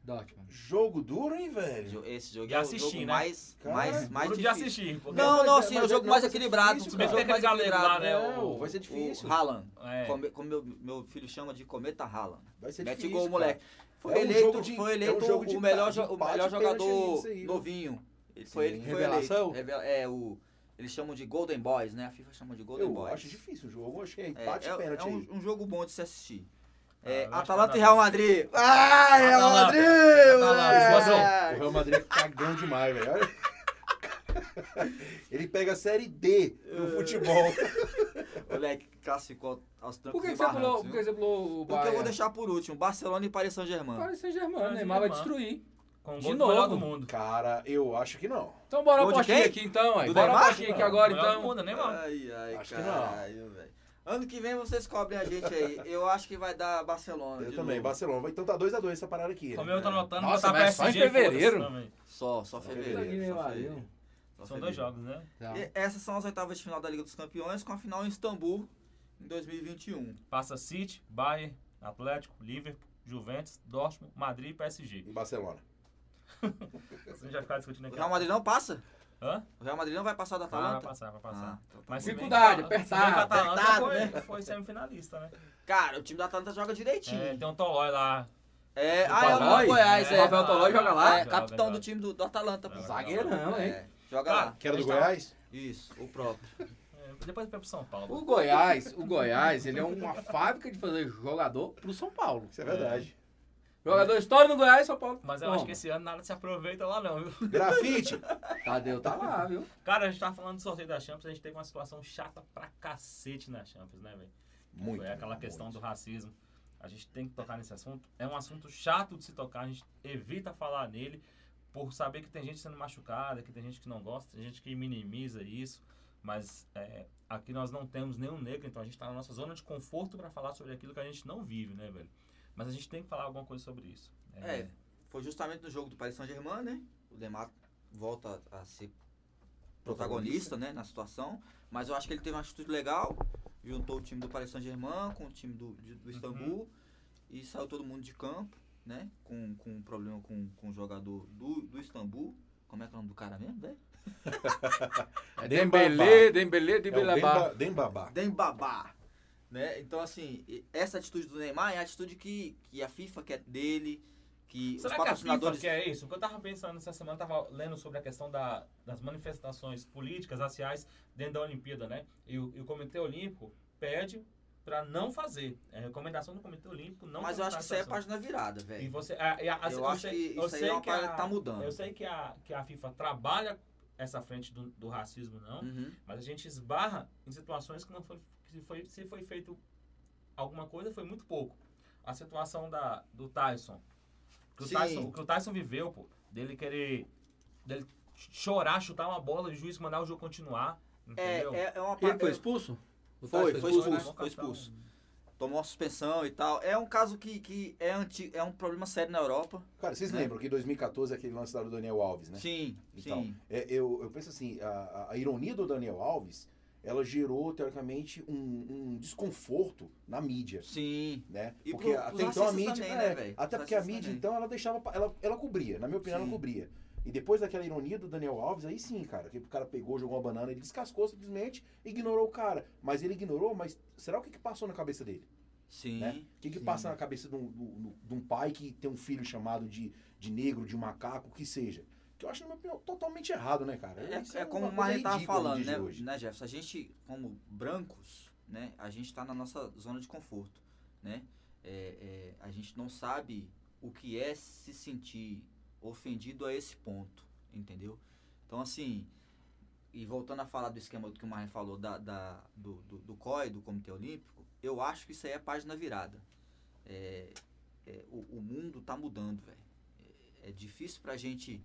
Speaker 6: Dortmund.
Speaker 1: Jogo duro, hein, velho?
Speaker 4: Jo- Esse jogo
Speaker 5: De
Speaker 4: é o
Speaker 5: assistir,
Speaker 4: jogo
Speaker 5: né?
Speaker 4: mais,
Speaker 1: Cara,
Speaker 4: mais, mais
Speaker 5: Duro de
Speaker 4: difícil.
Speaker 5: assistir. porque-
Speaker 4: Não,
Speaker 1: Mas
Speaker 4: não,
Speaker 1: é-
Speaker 4: sim, é
Speaker 1: mas
Speaker 4: o
Speaker 1: é-
Speaker 4: jogo
Speaker 1: não,
Speaker 4: mais
Speaker 1: vai ser
Speaker 4: equilibrado.
Speaker 1: difícil,
Speaker 4: o
Speaker 5: Se bem que
Speaker 4: jogo
Speaker 5: tem aquele
Speaker 4: mais
Speaker 5: galego lá,
Speaker 4: equilibrado. é
Speaker 5: né?
Speaker 1: Não,
Speaker 5: o-
Speaker 1: vai ser
Speaker 4: O
Speaker 1: difícil.
Speaker 4: Haaland.
Speaker 5: É.
Speaker 4: Come- Como meu, meu filho chama de Cometa Haaland.
Speaker 1: Vai ser
Speaker 4: Mete
Speaker 1: É difícil.
Speaker 4: gol,
Speaker 1: cara.
Speaker 4: moleque. Foi
Speaker 1: É um
Speaker 4: eleito,
Speaker 1: jogo de-
Speaker 4: foi
Speaker 1: é um
Speaker 4: eleito
Speaker 1: jogo de
Speaker 4: o, melhor,
Speaker 1: empate,
Speaker 4: jo- o melhor
Speaker 1: empate, pênalti, é
Speaker 4: jogador
Speaker 1: isso aí, né?
Speaker 4: novinho. Ele- Foi
Speaker 1: Sim.
Speaker 4: ele que foi
Speaker 6: Revelação?
Speaker 4: eleito. Revela- é, o, eles chamam de Golden Boys, né? A FIFA chama de Golden
Speaker 1: Eu
Speaker 4: Boys.
Speaker 1: acho difícil o jogo. Eu achei
Speaker 4: É,
Speaker 1: empate
Speaker 4: é-
Speaker 1: e pênalti
Speaker 4: é
Speaker 1: aí.
Speaker 4: um, um jogo bom de se assistir. É,
Speaker 5: Ah, eu acho
Speaker 4: Atalanta
Speaker 5: que vai
Speaker 4: e
Speaker 5: dar
Speaker 4: Real
Speaker 5: bom.
Speaker 4: Madrid. Ah, Real
Speaker 5: Atalanta. Atalanta,
Speaker 4: Madrid!
Speaker 1: O
Speaker 4: moleque!
Speaker 1: Real Madrid é cagão demais, velho. Olha. Ele pega a série D no
Speaker 4: É.
Speaker 1: futebol.
Speaker 4: Moleque, classificou aos trancos
Speaker 6: Por que,
Speaker 4: e
Speaker 6: que você
Speaker 4: barrancos,
Speaker 6: pulou, por
Speaker 4: viu?
Speaker 6: que você pulou o
Speaker 4: Porque
Speaker 6: Baia?
Speaker 4: eu vou deixar por último. Barcelona e Paris Saint-Germain.
Speaker 6: Paris Saint-Germain,
Speaker 5: Paris
Speaker 6: Neymar vai
Speaker 5: Saint-Germain.
Speaker 6: destruir.
Speaker 5: Com o
Speaker 6: De
Speaker 5: gol do
Speaker 6: novo.
Speaker 5: melhor do mundo.
Speaker 1: Cara, eu acho que não.
Speaker 6: Então bora
Speaker 4: Gol de
Speaker 6: apostinha
Speaker 4: quem?
Speaker 6: aqui então, aí.
Speaker 4: Do
Speaker 6: Bora
Speaker 4: Neymar?
Speaker 6: apostinha aqui agora
Speaker 5: Melhor do
Speaker 6: então.
Speaker 5: mundo, né, mano?
Speaker 4: Ai, ai,
Speaker 1: Acho que não.
Speaker 4: caralho, velho. Ano que vem vocês cobrem a gente aí. Eu acho que vai dar Barcelona.
Speaker 1: Eu
Speaker 4: de
Speaker 1: também.
Speaker 4: novo.
Speaker 1: Barcelona. vai- Então tá 2x2 essa parada aqui.
Speaker 4: É.
Speaker 5: Como é
Speaker 1: Né?
Speaker 5: eu tô tá anotando,
Speaker 6: Nossa,
Speaker 5: botar
Speaker 6: mas só em
Speaker 5: PSG, foda-se
Speaker 6: fevereiro?
Speaker 5: também.
Speaker 4: Só, só
Speaker 1: Puta
Speaker 4: fevereiro.
Speaker 6: que
Speaker 4: só
Speaker 6: pariu.
Speaker 4: fevereiro. Só
Speaker 5: São dois jogos,
Speaker 4: fevereiro.
Speaker 5: né?
Speaker 6: Tá.
Speaker 1: Ah.
Speaker 4: E essas são as oitavas de final da Liga dos Campeões, com a final em Istambul em 2021.
Speaker 5: Passa City, Bayern, Atlético, Liverpool, Juventus, Dortmund, Madrid e PSG.
Speaker 1: Em Barcelona.
Speaker 5: Vocês não já ficaram discutindo
Speaker 4: O
Speaker 5: aqui.
Speaker 4: Real Madrid não passa?
Speaker 5: Hã?
Speaker 4: O Real Madrid não vai passar da
Speaker 5: Ah, vai
Speaker 4: Atalanta?
Speaker 5: passar, vai passar.
Speaker 4: Tá Ah, então tá
Speaker 5: Mas
Speaker 4: bom.
Speaker 5: se bem
Speaker 6: Dificuldade,
Speaker 5: que- se bem que a
Speaker 6: apertado,
Speaker 5: Atalanta
Speaker 4: apertado,
Speaker 5: foi,
Speaker 4: né?
Speaker 5: foi semifinalista, né?
Speaker 4: Cara, o time da Atalanta joga direitinho.
Speaker 5: É, tem um Tolói lá.
Speaker 4: É,
Speaker 5: Do
Speaker 4: ah, é o
Speaker 6: Tolói?
Speaker 4: Goiás,
Speaker 6: É,
Speaker 4: é.
Speaker 6: Rafael Tolói joga lá?
Speaker 4: É,
Speaker 5: Joga,
Speaker 4: capitão
Speaker 5: joga.
Speaker 4: do time do, do Atalanta. pô.
Speaker 5: Joga.
Speaker 6: Zagueirão, hein?
Speaker 4: É, joga
Speaker 5: Cara,
Speaker 4: lá.
Speaker 1: Que era do
Speaker 5: Eles tavam-
Speaker 1: Goiás?
Speaker 4: Isso, o próprio.
Speaker 5: tá- É, depois foi pro São Paulo.
Speaker 4: Uh,
Speaker 6: O Goiás, o Goiás, ele é uma fábrica de fazer jogador pro São Paulo.
Speaker 1: Isso é verdade.
Speaker 6: Jogador história no Goiás, São Paulo.
Speaker 5: Mas eu
Speaker 6: Toma.
Speaker 5: acho que esse ano nada se aproveita lá, não, viu?
Speaker 1: Grafite.
Speaker 6: Tadeu tá lá, viu?
Speaker 5: Cara, a gente tava falando do sorteio da Champions, a gente teve uma situação chata pra cacete na Champions, né, velho?
Speaker 1: Muito.
Speaker 5: Foi aquela
Speaker 1: muito.
Speaker 5: questão do racismo. A gente tem que tocar nesse assunto. É um assunto chato de se tocar, a gente evita falar nele por saber que tem gente sendo machucada, que tem gente que não gosta, tem gente que minimiza isso. Mas é, aqui nós não temos nenhum negro, então a gente tá na nossa zona de conforto pra falar sobre aquilo que a gente não vive, né, velho? Mas a gente tem que falar alguma coisa sobre isso.
Speaker 4: É, foi justamente no jogo do Paris Saint-Germain, né? O Neymar volta a ser protagonista, né, na situação. Mas eu acho que ele teve uma atitude legal, juntou o time do Paris Saint-Germain com o time do, de- do Istambul
Speaker 5: Uhum.
Speaker 4: e saiu todo mundo de campo, né? Com, com um problema com, com o jogador do, do Istambul. Como é que é o nome do cara mesmo, velho?
Speaker 6: É
Speaker 1: Dembabá.
Speaker 6: Dembelé, Dembelé,
Speaker 1: É o
Speaker 6: Dembelabá.
Speaker 1: Demba- Dembabá.
Speaker 4: Dembabá. Né? Então, assim, e- essa atitude do Neymar é a atitude que, que a FIFA quer dele,
Speaker 5: Será
Speaker 4: que os
Speaker 5: que a FIFA
Speaker 4: patrocinadores.
Speaker 5: quer isso? Porque eu tava pensando essa semana, tava lendo sobre a questão da- das manifestações políticas, raciais, dentro da Olimpíada, né? E o, e o Comitê Olímpico pede pra não fazer. É a recomendação do Comitê Olímpico não
Speaker 4: Mas eu acho
Speaker 5: botar
Speaker 4: que isso aí é
Speaker 5: essa ação.
Speaker 4: página virada,
Speaker 5: E
Speaker 4: velho.
Speaker 5: você, a- e a- a-
Speaker 4: Ah, Eu acho
Speaker 5: sei-
Speaker 4: que isso
Speaker 5: eu
Speaker 4: aí
Speaker 5: sei
Speaker 4: é uma
Speaker 5: que
Speaker 4: parada
Speaker 5: a-
Speaker 4: que tá mudando.
Speaker 5: Eu sei que a, que a FIFA trabalha essa frente do, do racismo, não,
Speaker 4: Uhum.
Speaker 5: mas a gente esbarra em situações que não foi, que se foi, se foi feito alguma coisa, foi muito pouco. A situação da, do Tyson. Que o
Speaker 4: Sim.
Speaker 5: Tyson, o que o Tyson viveu, pô, dele querer dele ch- chorar, chutar uma bola, o juiz mandar o jogo continuar,
Speaker 4: É,
Speaker 5: entendeu?
Speaker 4: é, é uma
Speaker 6: Ele
Speaker 4: parada.
Speaker 6: foi expulso? O
Speaker 4: Foi,
Speaker 6: Tyson
Speaker 4: foi
Speaker 5: Tomou
Speaker 4: expulso,
Speaker 5: cartão.
Speaker 4: foi expulso. Tomou uma suspensão e tal. É um caso que, que é, anti, é um problema sério na Europa.
Speaker 1: Cara, vocês
Speaker 4: Né?
Speaker 1: lembram que em 2014 é aquele lance lá do Daniel Alves, né?
Speaker 4: Sim,
Speaker 1: Então,
Speaker 4: sim.
Speaker 1: É, eu, eu penso assim, a, a- a ironia do Daniel Alves, ela gerou, teoricamente, um, um desconforto na mídia.
Speaker 4: Sim.
Speaker 1: Né?
Speaker 4: E
Speaker 1: porque
Speaker 4: pro-
Speaker 1: até
Speaker 4: pros
Speaker 1: então a
Speaker 4: racistas
Speaker 1: mídia.
Speaker 4: também,
Speaker 1: é,
Speaker 4: né, velho?
Speaker 1: até
Speaker 4: Pros
Speaker 1: porque a
Speaker 4: racistas
Speaker 1: mídia,
Speaker 4: também.
Speaker 1: então, ela deixava. pa- Ela, ela cobria, na minha opinião,
Speaker 4: Sim.
Speaker 1: ela cobria. E depois daquela ironia do Daniel Alves, aí sim, cara, que o cara pegou, jogou uma banana, ele descascou simplesmente, ignorou o cara. Mas ele ignorou, mas será o que, que passou na cabeça dele?
Speaker 4: Sim.
Speaker 1: né? O que, que
Speaker 4: Sim.
Speaker 1: passa na cabeça de um, de um- de um pai que tem um filho chamado de, de negro, de macaco, que seja? Que eu acho, na minha opinião, totalmente errado, né, cara? Isso
Speaker 4: É, é
Speaker 1: uma
Speaker 4: como o
Speaker 1: coisa
Speaker 4: Marley tava
Speaker 1: ridícula no
Speaker 4: falando,
Speaker 1: dia de
Speaker 4: né,
Speaker 1: hoje.
Speaker 4: né, Jefferson? A gente, como brancos, né, a gente tá na nossa zona de conforto, né? É, é, a gente não sabe o que é se sentir ofendido a esse ponto, entendeu? Então, assim, e voltando a falar do esquema do que o Marley falou da, da- do, do, do COI, do Comitê Olímpico, eu acho que isso aí é página virada. É, é, o, o mundo tá mudando, velho. É, é difícil pra gente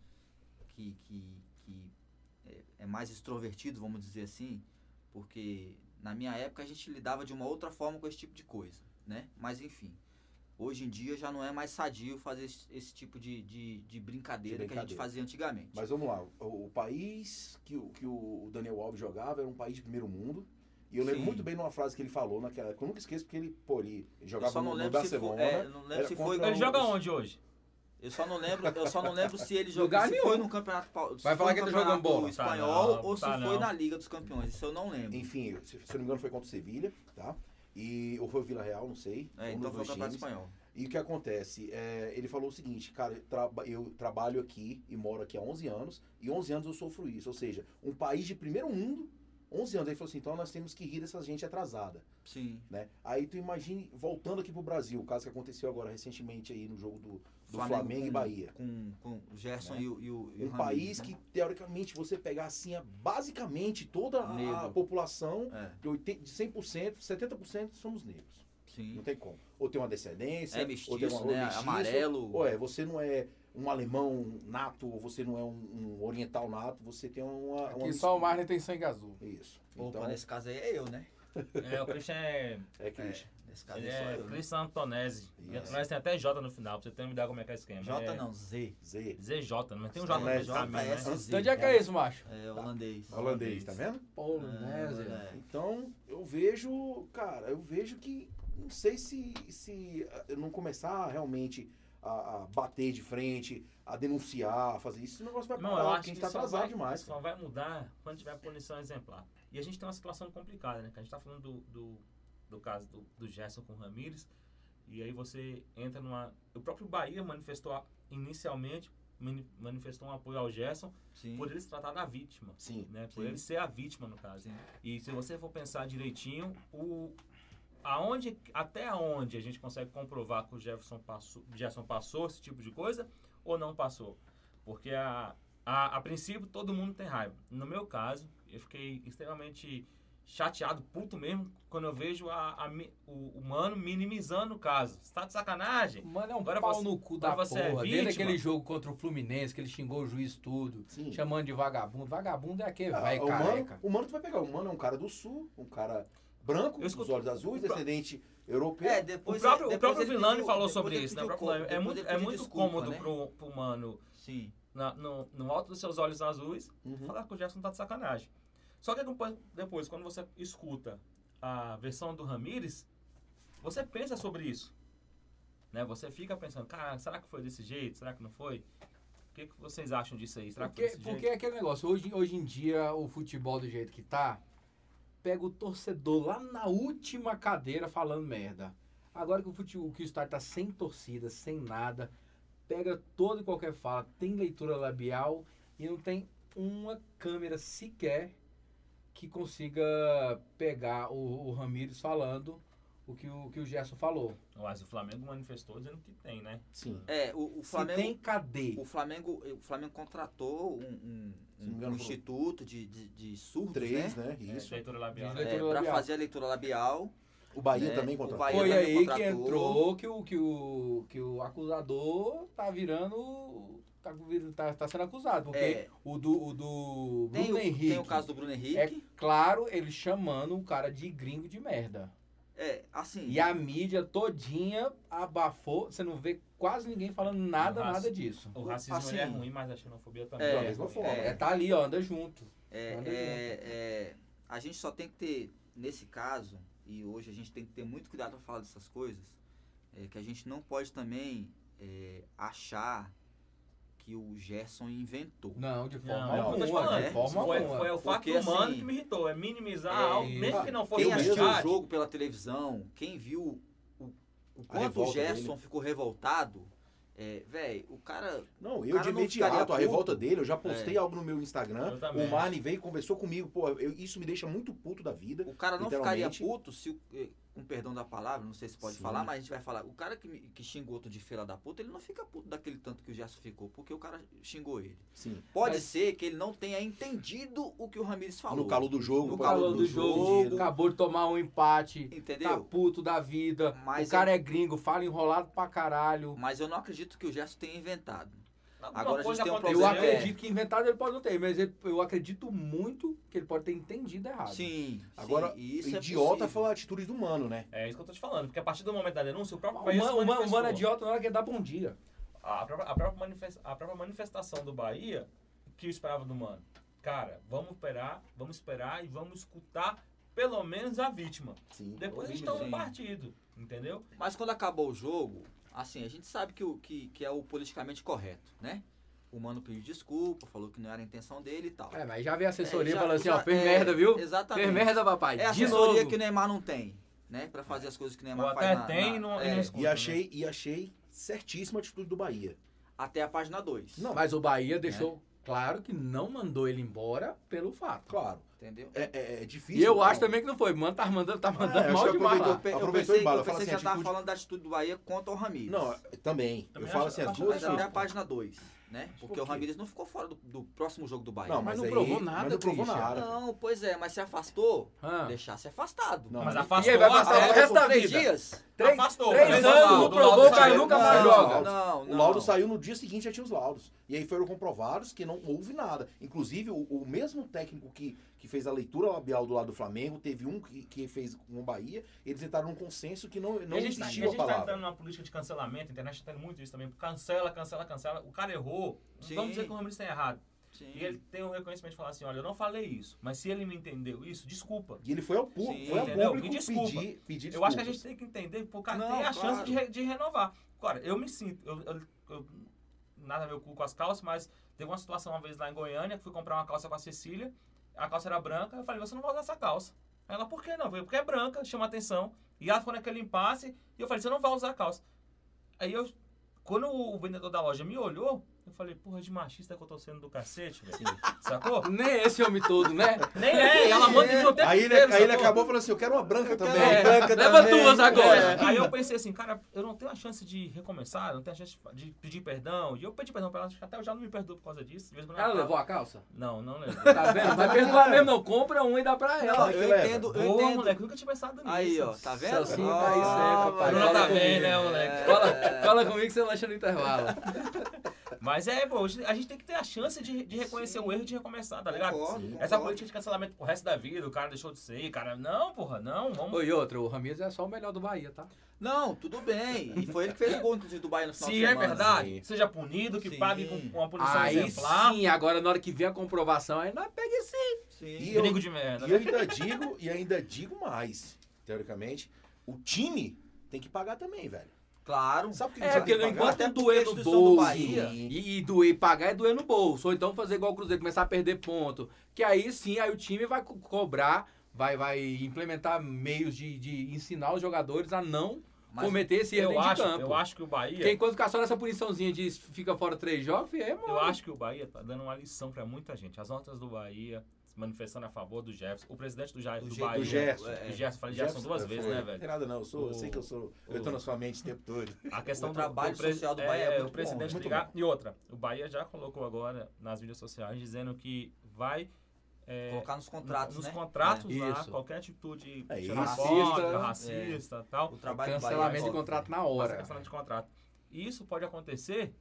Speaker 4: que, que, que é mais extrovertido, vamos dizer assim, porque na minha época a gente lidava de uma outra forma com esse tipo de coisa, né? Mas enfim, hoje em dia já não é mais sadio fazer esse, esse tipo de, de, de brincadeira
Speaker 1: De
Speaker 4: que a gente
Speaker 1: brincadeira.
Speaker 4: fazia antigamente.
Speaker 1: Mas vamos lá, o, o país que, o- que o Daniel Alves jogava era um país de primeiro mundo. E eu lembro
Speaker 4: Sim.
Speaker 1: muito bem de uma frase que ele falou naquela época. Eu nunca esqueço porque ele, pô, ele jogava
Speaker 4: eu só não
Speaker 1: no, no
Speaker 4: lembro se foi,
Speaker 1: Barcelona.
Speaker 4: é, eu não lembro
Speaker 1: era
Speaker 4: se foi
Speaker 1: contra
Speaker 5: Ele
Speaker 1: o-
Speaker 5: joga onde hoje?
Speaker 4: Eu só não lembro, eu só não lembro se ele jogou
Speaker 6: Lugar
Speaker 4: se
Speaker 6: nenhum.
Speaker 4: foi no campeonato Pau- se
Speaker 6: Vai falar
Speaker 4: foi
Speaker 6: que
Speaker 4: no
Speaker 6: ele tá jogando
Speaker 4: Campeonato
Speaker 6: bola.
Speaker 4: espanhol
Speaker 5: Tá não,
Speaker 4: ou se
Speaker 5: tá
Speaker 4: foi
Speaker 5: não.
Speaker 4: na Liga dos Campeões, isso eu não lembro.
Speaker 1: Enfim, se, se eu não me engano, foi contra o Sevilha, tá? E, ou foi o Vila Real, não sei.
Speaker 4: É,
Speaker 1: um
Speaker 4: então
Speaker 1: dos
Speaker 4: foi o
Speaker 1: dois
Speaker 4: campeonato
Speaker 1: times.
Speaker 4: espanhol.
Speaker 1: E o que acontece? É, ele falou o seguinte, cara, eu, traba- eu trabalho aqui e moro aqui há 11 anos, e 11 anos eu sofro isso. Ou seja, um país de primeiro mundo, 11 anos. Ele falou assim, então nós temos que rir dessa gente atrasada,
Speaker 4: Sim.
Speaker 1: né? Aí tu imagine, voltando aqui pro Brasil, o caso que aconteceu agora recentemente aí no jogo do, do Flamengo, e
Speaker 4: com-
Speaker 1: Bahia.
Speaker 4: Com, com o Gerson
Speaker 1: Né?
Speaker 4: e o, e o- e o
Speaker 1: Um
Speaker 4: Ramires,
Speaker 1: país
Speaker 4: né?
Speaker 1: que, teoricamente, você pegar assim, a- basicamente toda a, a
Speaker 4: Negro.
Speaker 1: população,
Speaker 4: É,
Speaker 1: de 80 de 100%, 70% somos negros.
Speaker 4: sim.
Speaker 1: Não tem como. Ou tem uma descendência,
Speaker 4: É
Speaker 1: ou tem uma,
Speaker 4: mestiço,
Speaker 1: ou
Speaker 4: né?
Speaker 1: mestiço,
Speaker 4: Amarelo.
Speaker 1: Ou é, você não é um alemão nato, ou você não é um, um oriental nato, você tem uma. uma
Speaker 6: Aqui só o
Speaker 1: mistura.
Speaker 6: Marley tem sangue azul.
Speaker 1: Isso.
Speaker 4: Opa,
Speaker 1: Então,
Speaker 4: nesse caso aí é eu, né?
Speaker 5: É, o Christian é,
Speaker 1: é Christian.
Speaker 4: Nesse caso
Speaker 5: ele
Speaker 4: aí sou
Speaker 5: é
Speaker 4: eu. né?
Speaker 5: Christian Antonese.
Speaker 1: Isso.
Speaker 5: Antonese tem até J no final, pra você ter uma ideia como é que é o esquema.
Speaker 4: J
Speaker 5: é,
Speaker 4: não, Tá Z.
Speaker 1: Z.
Speaker 5: ZJ, mas tem um J no
Speaker 1: É,
Speaker 5: meio do caminho, né?
Speaker 4: JS.
Speaker 6: De onde é que é isso, macho?
Speaker 4: É holandês.
Speaker 1: Holandês, tá vendo?
Speaker 6: Paulo,
Speaker 4: Ah, é.
Speaker 1: Então, eu vejo, cara, eu vejo que. Não sei se, se ah, eu não começar realmente a, a bater de frente, a denunciar, a fazer isso, esse negócio vai
Speaker 5: Não, eu
Speaker 1: parar,
Speaker 5: acho
Speaker 1: porque a gente
Speaker 5: que
Speaker 1: tá
Speaker 5: só
Speaker 1: atrasado
Speaker 5: vai,
Speaker 1: demais.
Speaker 5: Só vai mudar quando tiver punição exemplar. E a gente tem uma situação complicada, né? Que a gente tá falando do, do, do caso do, do Gerson com o Ramires. E aí você entra numa. O próprio Bahia manifestou a- inicialmente mani- manifestou um apoio ao Gerson
Speaker 4: Sim.
Speaker 5: por ele se tratar da vítima.
Speaker 1: Sim.
Speaker 5: Né? Por
Speaker 4: Sim.
Speaker 5: ele ser a vítima, no caso.
Speaker 4: Sim.
Speaker 5: E se você for pensar direitinho, o aonde até onde a gente consegue comprovar que o Jefferson passou, Jefferson passou esse tipo de coisa ou não passou? Porque a, a, a princípio todo mundo tem raiva. No meu caso, eu fiquei extremamente chateado, puto mesmo, quando eu vejo a, a mi- o, o mano minimizando o caso. Você tá de sacanagem?
Speaker 6: Mano, é um
Speaker 5: Agora
Speaker 6: pau
Speaker 5: você-
Speaker 6: no cu da
Speaker 5: agora
Speaker 6: porra.
Speaker 5: você é
Speaker 6: Desde
Speaker 5: vítima.
Speaker 6: aquele jogo contra o Fluminense, que ele xingou o juiz tudo,
Speaker 1: Sim.
Speaker 6: chamando de vagabundo. Vagabundo é aquele
Speaker 1: Ah,
Speaker 6: velho
Speaker 1: o, mano,
Speaker 6: careca.
Speaker 1: o mano tu vai pegar. O mano é um cara do sul, um cara branco,
Speaker 5: Eu
Speaker 1: com os
Speaker 5: escuto-
Speaker 1: olhos azuis,
Speaker 5: o pro-
Speaker 1: descendente europeu.
Speaker 4: É, depois
Speaker 5: o próprio,
Speaker 4: depois
Speaker 5: o próprio
Speaker 4: ele
Speaker 5: Vilani
Speaker 4: pediu-
Speaker 5: falou
Speaker 4: depois
Speaker 5: sobre
Speaker 4: ele
Speaker 5: isso, né? O
Speaker 4: pediu
Speaker 5: próprio
Speaker 4: co-
Speaker 5: Vilani- É
Speaker 4: depois
Speaker 5: muito,
Speaker 4: ele
Speaker 5: é
Speaker 4: pediu
Speaker 5: muito
Speaker 4: desculpa,
Speaker 5: cômodo
Speaker 4: né?
Speaker 5: pro, pro mano,
Speaker 4: Sim.
Speaker 5: na- no, no alto dos seus olhos azuis,
Speaker 1: Uhum.
Speaker 5: falar que o Jefferson tá de sacanagem. Só que depois, depois, quando você escuta a versão do Ramires, você pensa sobre isso. Né? Você fica pensando, cara, será que foi desse jeito? Será que não foi? O que, que vocês acham disso aí? Será que
Speaker 6: Porque,
Speaker 5: foi desse
Speaker 6: porque
Speaker 5: jeito?
Speaker 6: é aquele negócio, hoje, hoje em dia o futebol do jeito que tá, pega o torcedor lá na última cadeira falando merda. Agora que o futebol, que o estádio tá sem torcida, sem nada, pega toda e qualquer fala, tem leitura labial e não tem uma câmera sequer que consiga pegar o, o Ramires falando o que o, que o Gerson falou.
Speaker 5: Mas o Flamengo manifestou dizendo que tem, né?
Speaker 1: Sim.
Speaker 4: É, o, o
Speaker 6: Se
Speaker 4: Flamengo.
Speaker 6: tem, cadê?
Speaker 4: O Flamengo, o Flamengo contratou um, um-
Speaker 1: Se não me
Speaker 4: um
Speaker 1: engano,
Speaker 4: instituto de, de, de surdos,
Speaker 1: Três,
Speaker 4: né?
Speaker 1: né?
Speaker 5: É,
Speaker 1: Isso.
Speaker 5: leitura labial.
Speaker 6: Diz-
Speaker 4: É,
Speaker 6: Leitura
Speaker 4: pra
Speaker 6: labial.
Speaker 4: fazer a leitura labial.
Speaker 1: O Bahia
Speaker 4: É,
Speaker 1: também
Speaker 4: o
Speaker 1: contratou.
Speaker 4: Bahia-
Speaker 1: Foi.
Speaker 6: Foi
Speaker 4: também
Speaker 6: aí que
Speaker 4: contratou.
Speaker 6: entrou que o, que, o, que o acusador tá virando. Tá, vir- tá, tá sendo acusado. Porque
Speaker 4: É.
Speaker 6: o do, o do Bruno
Speaker 4: Tem o,
Speaker 6: Henrique.
Speaker 4: tem o caso do Bruno Henrique.
Speaker 6: É claro, ele chamando o cara de gringo de merda.
Speaker 4: É, assim.
Speaker 6: E a mídia todinha abafou. Você não vê quase ninguém falando nada,
Speaker 5: Nossa.
Speaker 6: nada disso.
Speaker 5: O racismo
Speaker 4: Assim,
Speaker 5: ele é ruim, mas a xenofobia também.
Speaker 4: é,
Speaker 5: é
Speaker 1: da mesma
Speaker 5: ruim.
Speaker 1: forma.
Speaker 6: É, tá ali, ó, anda junto.
Speaker 4: É,
Speaker 6: Nada
Speaker 4: é, é, a gente só tem que ter, nesse caso, e hoje a gente tem que ter muito cuidado para falar dessas coisas, é, que a gente não pode também é, achar que o Gerson inventou.
Speaker 6: Não, de forma
Speaker 5: Não,
Speaker 1: não,
Speaker 6: alguma.
Speaker 1: tô
Speaker 5: eu
Speaker 1: te
Speaker 6: de
Speaker 5: falando,
Speaker 4: né?
Speaker 6: forma
Speaker 5: foi,
Speaker 6: alguma.
Speaker 5: foi o fato
Speaker 4: Porque,
Speaker 5: humano
Speaker 4: assim,
Speaker 5: que me irritou, é minimizar
Speaker 4: é,
Speaker 5: algo,
Speaker 6: isso.
Speaker 5: mesmo que não fosse
Speaker 4: Quem
Speaker 5: o
Speaker 4: assistiu o
Speaker 5: verdade.
Speaker 4: jogo pela televisão, quem viu o, o quanto o
Speaker 1: revolta
Speaker 4: Gerson
Speaker 1: dele.
Speaker 4: ficou revoltado, é, velho, o cara
Speaker 1: Não,
Speaker 4: O
Speaker 1: eu
Speaker 4: cara
Speaker 1: de
Speaker 4: não ficaria
Speaker 1: imediato,
Speaker 4: puto.
Speaker 1: a revolta dele, eu já postei
Speaker 4: É.
Speaker 1: algo no meu Instagram.
Speaker 5: Eu também.
Speaker 1: O Marne veio e conversou comigo. Pô, eu- isso me deixa muito puto da vida.
Speaker 4: O cara não ficaria
Speaker 1: Literalmente.
Speaker 4: puto se, o- eh, com perdão da palavra, não sei se pode
Speaker 1: Sim.
Speaker 4: falar, mas a gente vai falar. O cara que, me- que xingou outro de feira da puta, ele não fica puto daquele tanto que o Gerson ficou, porque o cara xingou ele.
Speaker 1: Sim.
Speaker 4: Pode
Speaker 6: Mas-
Speaker 4: ser que ele não tenha entendido o que o Ramires falou.
Speaker 1: No calor do jogo.
Speaker 4: No
Speaker 6: No
Speaker 1: pô,
Speaker 6: calor do jogo,
Speaker 1: dinheiro.
Speaker 6: acabou de tomar um empate. Tá
Speaker 4: Entendeu?
Speaker 6: puto da vida.
Speaker 4: Mas
Speaker 6: o cara é... gringo, fala enrolado pra caralho.
Speaker 4: Mas eu não acredito que o Gerson tenha inventado.
Speaker 5: Alguma
Speaker 4: Agora a gente
Speaker 5: coisa
Speaker 4: tem um
Speaker 5: aconteceu,
Speaker 6: Eu
Speaker 4: problema.
Speaker 5: né?
Speaker 6: acredito que inventado ele pode não ter, mas ele- eu acredito muito que ele pode ter entendido errado.
Speaker 4: Sim.
Speaker 1: Agora,
Speaker 4: sim, e isso é
Speaker 1: Idiota
Speaker 4: possível.
Speaker 1: foi a atitude do mano, né?
Speaker 5: É isso que eu tô te falando, porque a partir do momento da denúncia, o
Speaker 6: O
Speaker 5: próprio país
Speaker 6: mano, o mano- o
Speaker 5: manifestou.
Speaker 6: mano é idiota na hora que ele dá bom dia.
Speaker 5: A própria, a própria manifes- a própria manifestação do Bahia, o que eu esperava do mano? Cara, vamos esperar, vamos esperar e vamos escutar pelo menos a vítima.
Speaker 1: Sim.
Speaker 5: Depois a gente
Speaker 4: Sim.
Speaker 5: toma um partido, entendeu?
Speaker 4: Mas quando acabou o jogo, assim, a gente sabe que, o, que, que é o politicamente correto, né? O Mano pediu desculpa, falou que não era a intenção dele e tal.
Speaker 6: É, mas já vem a assessoria
Speaker 4: É, já-
Speaker 6: falando assim,
Speaker 4: já-
Speaker 6: ó, fez
Speaker 4: é,
Speaker 6: merda, viu?
Speaker 4: Exatamente.
Speaker 6: Fez merda, papai.
Speaker 4: É a
Speaker 6: De
Speaker 4: assessoria
Speaker 6: novo.
Speaker 4: que o Neymar não tem, né? Pra fazer as coisas que o Neymar
Speaker 5: Ou
Speaker 4: faz.
Speaker 5: até
Speaker 4: na-
Speaker 5: tem
Speaker 4: na-
Speaker 5: e não, e
Speaker 4: é,
Speaker 5: não escuta.
Speaker 1: E
Speaker 5: né?
Speaker 1: achei, e achei certíssima a atitude do Bahia.
Speaker 4: até a página 2.
Speaker 1: Não,
Speaker 6: Mas o Bahia deixou claro que não mandou ele embora pelo fato.
Speaker 1: claro.
Speaker 4: Entendeu?
Speaker 1: É, é- é difícil.
Speaker 6: E eu
Speaker 1: não.
Speaker 6: acho também que não foi. Mano tá mandando, tá mandando
Speaker 1: Ah, eu acho
Speaker 6: mal
Speaker 1: que
Speaker 6: demais
Speaker 1: aproveitou-
Speaker 6: lá.
Speaker 4: Eu, pe- eu
Speaker 1: Aproveitou
Speaker 4: pensei,
Speaker 1: e bala,
Speaker 4: eu
Speaker 1: fala
Speaker 4: pensei que
Speaker 1: assim,
Speaker 4: já tava
Speaker 1: atitude-
Speaker 4: falando da atitude do Bahia contra o Ramires.
Speaker 1: Não, também.
Speaker 5: Também
Speaker 1: eu falo
Speaker 5: acho-
Speaker 1: assim, as
Speaker 5: acho-
Speaker 1: duas.
Speaker 4: mas até
Speaker 5: atitude.
Speaker 4: a página 2, né? Porque
Speaker 1: por
Speaker 4: o
Speaker 1: quê?
Speaker 4: Ramires não ficou fora do, do próximo jogo do Bahia.
Speaker 1: Não,
Speaker 6: mas
Speaker 1: mas,
Speaker 6: não
Speaker 1: aí-
Speaker 6: provou
Speaker 1: mas
Speaker 6: nada,
Speaker 1: Não provou
Speaker 6: Christian.
Speaker 1: nada.
Speaker 4: Não, pois é, mas se afastou,
Speaker 6: Ah.
Speaker 4: deixasse afastado.
Speaker 1: Não, mas-
Speaker 5: Mas
Speaker 6: E
Speaker 5: afastou
Speaker 6: aí vai
Speaker 5: a-
Speaker 6: passar
Speaker 4: Afasta
Speaker 6: o resto
Speaker 4: É, por
Speaker 6: da
Speaker 4: três
Speaker 6: vida.
Speaker 4: dias.
Speaker 6: Três,
Speaker 5: Afastou,
Speaker 6: três
Speaker 5: mas
Speaker 6: anos,
Speaker 5: afastou.
Speaker 6: não
Speaker 5: Do lado
Speaker 6: provou, o
Speaker 5: do
Speaker 6: cara
Speaker 5: Bahia,
Speaker 6: nunca
Speaker 1: não,
Speaker 6: mais
Speaker 1: não.
Speaker 6: joga.
Speaker 4: Não,
Speaker 1: O
Speaker 4: não.
Speaker 1: laudo saiu no dia seguinte, já tinha os laudos. E aí foram comprovados que não houve nada. Inclusive, o, o mesmo técnico que, que fez a leitura labial do lado do Flamengo, teve um que, que fez com o Bahia, eles entraram num consenso que não, não
Speaker 5: a gente, tá-
Speaker 1: existiu
Speaker 5: a
Speaker 1: a
Speaker 5: gente tá
Speaker 1: palavra.
Speaker 5: entrando numa política de cancelamento, a internet tá tendo muito isso também. Cancela, cancela, cancela. O cara errou. Não
Speaker 4: Sim.
Speaker 5: Vamos dizer que o Ramires tem errado.
Speaker 4: Sim.
Speaker 5: E ele tem o reconhecimento de falar assim: olha, eu não falei isso, mas se ele me entendeu isso, desculpa.
Speaker 1: E ele foi ao, pu
Speaker 4: Sim,
Speaker 1: foi ao
Speaker 5: entendeu?
Speaker 1: público
Speaker 5: Me desculpa.
Speaker 1: pedir, pedir
Speaker 5: Eu acho que a
Speaker 1: desculpas.
Speaker 5: gente tem que entender pro cara
Speaker 4: Não,
Speaker 5: ter a
Speaker 4: claro.
Speaker 5: chance de, re- de renovar. Agora, eu me sinto. Eu, eu- eu- nada a ver com as calças, mas teve uma situação uma vez lá em Goiânia, que fui comprar uma calça com a Cecília, a calça era branca, eu falei, você não vai usar essa calça. Ela, por que não? Eu falei, porque é branca, chama atenção. E ela ficou naquele impasse, e eu falei, você não vai usar a calça. Aí eu. Quando o vendedor da loja me olhou, eu falei, porra, de machista que eu tô sendo do cacete, velho. Sacou?
Speaker 6: Nem esse homem todo, né?
Speaker 5: Nem é, e ela manda em mim o tempo
Speaker 1: Aí ele,
Speaker 5: inteiro,
Speaker 1: aí ele
Speaker 5: sacou?
Speaker 1: acabou falando assim, eu quero uma branca também.
Speaker 6: É,
Speaker 1: branca
Speaker 6: leva
Speaker 1: também.
Speaker 6: duas agora.
Speaker 5: É, aí eu pensei assim, cara, eu não tenho a chance de recomeçar, eu não tenho a chance de pedir perdão. E eu pedi perdão pra ela, acho que até eu já não me perdoou por causa disso. de vez em quando
Speaker 6: Ela
Speaker 5: ela-
Speaker 6: levou a calça?
Speaker 5: Não, não levou.
Speaker 6: Tá vendo? Vai perdoar mesmo, não. Compra um e dá pra
Speaker 4: Não,
Speaker 6: ela.
Speaker 1: que
Speaker 4: eu
Speaker 1: leva.
Speaker 4: entendo, eu
Speaker 5: Boa,
Speaker 4: entendo.
Speaker 5: moleque, nunca tinha pensado nisso.
Speaker 4: Aí, ó, tá vendo?
Speaker 6: Celcinho tá aí sempre,
Speaker 4: mano.
Speaker 6: pai.
Speaker 5: Bruno
Speaker 6: Fala
Speaker 5: tá bem,
Speaker 6: comigo.
Speaker 5: né,
Speaker 4: É,
Speaker 5: moleque?
Speaker 6: Cola, cola comigo que você lancha no intervalo.
Speaker 5: Mas é, pô, a gente tem que ter a chance de, de reconhecer o erro e de recomeçar, tá
Speaker 6: É
Speaker 5: ligado?
Speaker 4: Concordo,
Speaker 5: Essa
Speaker 4: concordo.
Speaker 5: política de cancelamento pro resto da vida, o cara deixou de ser, cara, não, porra, não, vamos...
Speaker 6: Oi, outra, o Ramires é só o melhor do Bahia, tá?
Speaker 4: Não, tudo bem. E foi ele que fez o gol, inclusive, do Bahia no final de
Speaker 5: Se é
Speaker 4: semana.
Speaker 5: verdade,
Speaker 6: sim.
Speaker 5: seja punido, que
Speaker 4: Sim.
Speaker 5: pague com com uma punição
Speaker 6: Aí
Speaker 5: é exemplar.
Speaker 6: sim, agora na hora que vier a comprovação, aí nós pega esse.
Speaker 4: Sim.
Speaker 1: E eu-
Speaker 5: Gringo de merda.
Speaker 1: E eu ainda digo, e ainda digo mais, teoricamente, o time tem que pagar também, velho.
Speaker 4: Claro.
Speaker 1: Sabe o que
Speaker 6: É,
Speaker 1: a gente
Speaker 6: porque
Speaker 1: vai ter que pagar?
Speaker 6: enquanto
Speaker 4: Até porque a
Speaker 6: doer no
Speaker 4: instituição do
Speaker 6: bolso
Speaker 4: Bahia-
Speaker 6: e, e doer, pagar é doer no bolso. Ou então fazer igual o Cruzeiro, começar a perder ponto. Que aí sim, aí o time vai co- cobrar, vai, vai implementar meios de, de ensinar os jogadores a não
Speaker 4: Mas
Speaker 6: cometer esse erro
Speaker 5: Eu
Speaker 6: dentro
Speaker 5: acho,
Speaker 6: de campo.
Speaker 5: eu acho que é. o Bahia.
Speaker 6: Porque enquanto ficar só nessa puniçãozinha de fica fora três jogos, é, mano.
Speaker 5: Eu acho que o Bahia tá dando uma lição pra muita gente. As notas do Bahia se manifestando a favor do Jefferson. O presidente do, ja do,
Speaker 4: Do Ge-
Speaker 5: Bahia.
Speaker 1: do Gerson.
Speaker 5: É, do Gerson, falei Gerson duas vezes, né,
Speaker 1: Não tem
Speaker 5: velho?
Speaker 1: nada não, eu, sou, eu sei que eu sou, eu tô
Speaker 5: o-
Speaker 1: na sua mente o tempo todo.
Speaker 5: A questão
Speaker 4: O
Speaker 5: do
Speaker 4: trabalho
Speaker 5: do pres-
Speaker 4: social do Bahia é muito
Speaker 5: o presidente
Speaker 1: bom, muito
Speaker 5: ligar. E outra, o Bahia já colocou agora nas mídias sociais dizendo que vai. é,
Speaker 4: Colocar nos contratos,
Speaker 5: nos
Speaker 4: né?
Speaker 5: contratos
Speaker 6: É.
Speaker 5: lá,
Speaker 6: Isso.
Speaker 5: qualquer atitude
Speaker 1: É isso.
Speaker 5: xenofóbica,
Speaker 6: Racista.
Speaker 5: racista e
Speaker 4: É.
Speaker 5: tal,
Speaker 4: O trabalho do Bahia
Speaker 6: Cancelamento de
Speaker 4: agora.
Speaker 6: contrato na
Speaker 5: passa
Speaker 6: hora.
Speaker 5: cancelamento de contrato. E isso pode acontecer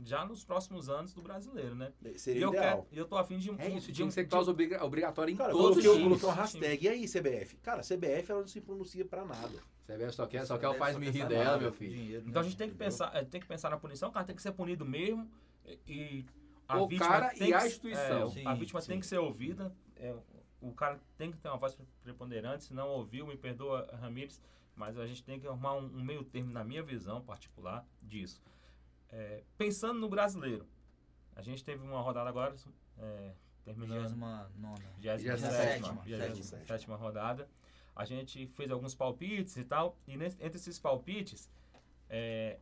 Speaker 5: já nos próximos anos do brasileiro, né? E
Speaker 1: Seria
Speaker 5: eu,
Speaker 1: ideal.
Speaker 5: quero, e eu tô afim de um.
Speaker 6: É isso,
Speaker 5: de
Speaker 6: tinha
Speaker 5: um,
Speaker 6: que ser
Speaker 5: de um-
Speaker 6: causa obriga- obrigatória em
Speaker 1: Cara, eu
Speaker 6: todos os
Speaker 1: coloquei, eu
Speaker 5: times.
Speaker 1: coloquei uma
Speaker 5: Todos os
Speaker 1: hashtag. E aí, CBF? Cara, CBF ela não se pronuncia pra nada.
Speaker 6: Você vê, só quer, é só quer o
Speaker 4: Deve
Speaker 6: faz me rir
Speaker 4: essa é
Speaker 6: dela,
Speaker 4: nada,
Speaker 6: meu filho.
Speaker 4: dinheiro,
Speaker 5: Então a
Speaker 4: né?
Speaker 5: gente tem que
Speaker 4: Entendeu?
Speaker 5: pensar, é, tem que pensar na punição, o cara tem que ser punido mesmo e- e a
Speaker 6: O
Speaker 5: vítima
Speaker 6: cara
Speaker 5: tem
Speaker 6: e
Speaker 5: que
Speaker 6: a
Speaker 5: se-
Speaker 6: instituição.
Speaker 5: é, o- a
Speaker 4: Sim,
Speaker 5: vítima
Speaker 4: sim.
Speaker 5: tem que ser ouvida, é, o cara tem que ter uma voz preponderante, se não ouviu, me perdoa, Ramires, mas a gente tem que arrumar um, um meio termo, na minha visão particular, disso. É, pensando no brasileiro, a gente teve uma rodada agora, é, terminando
Speaker 4: 29ª.
Speaker 5: 27ª,
Speaker 4: 27ª.
Speaker 5: 27ª rodada. A gente fez alguns palpites e tal. E nesse- entre esses palpites, é,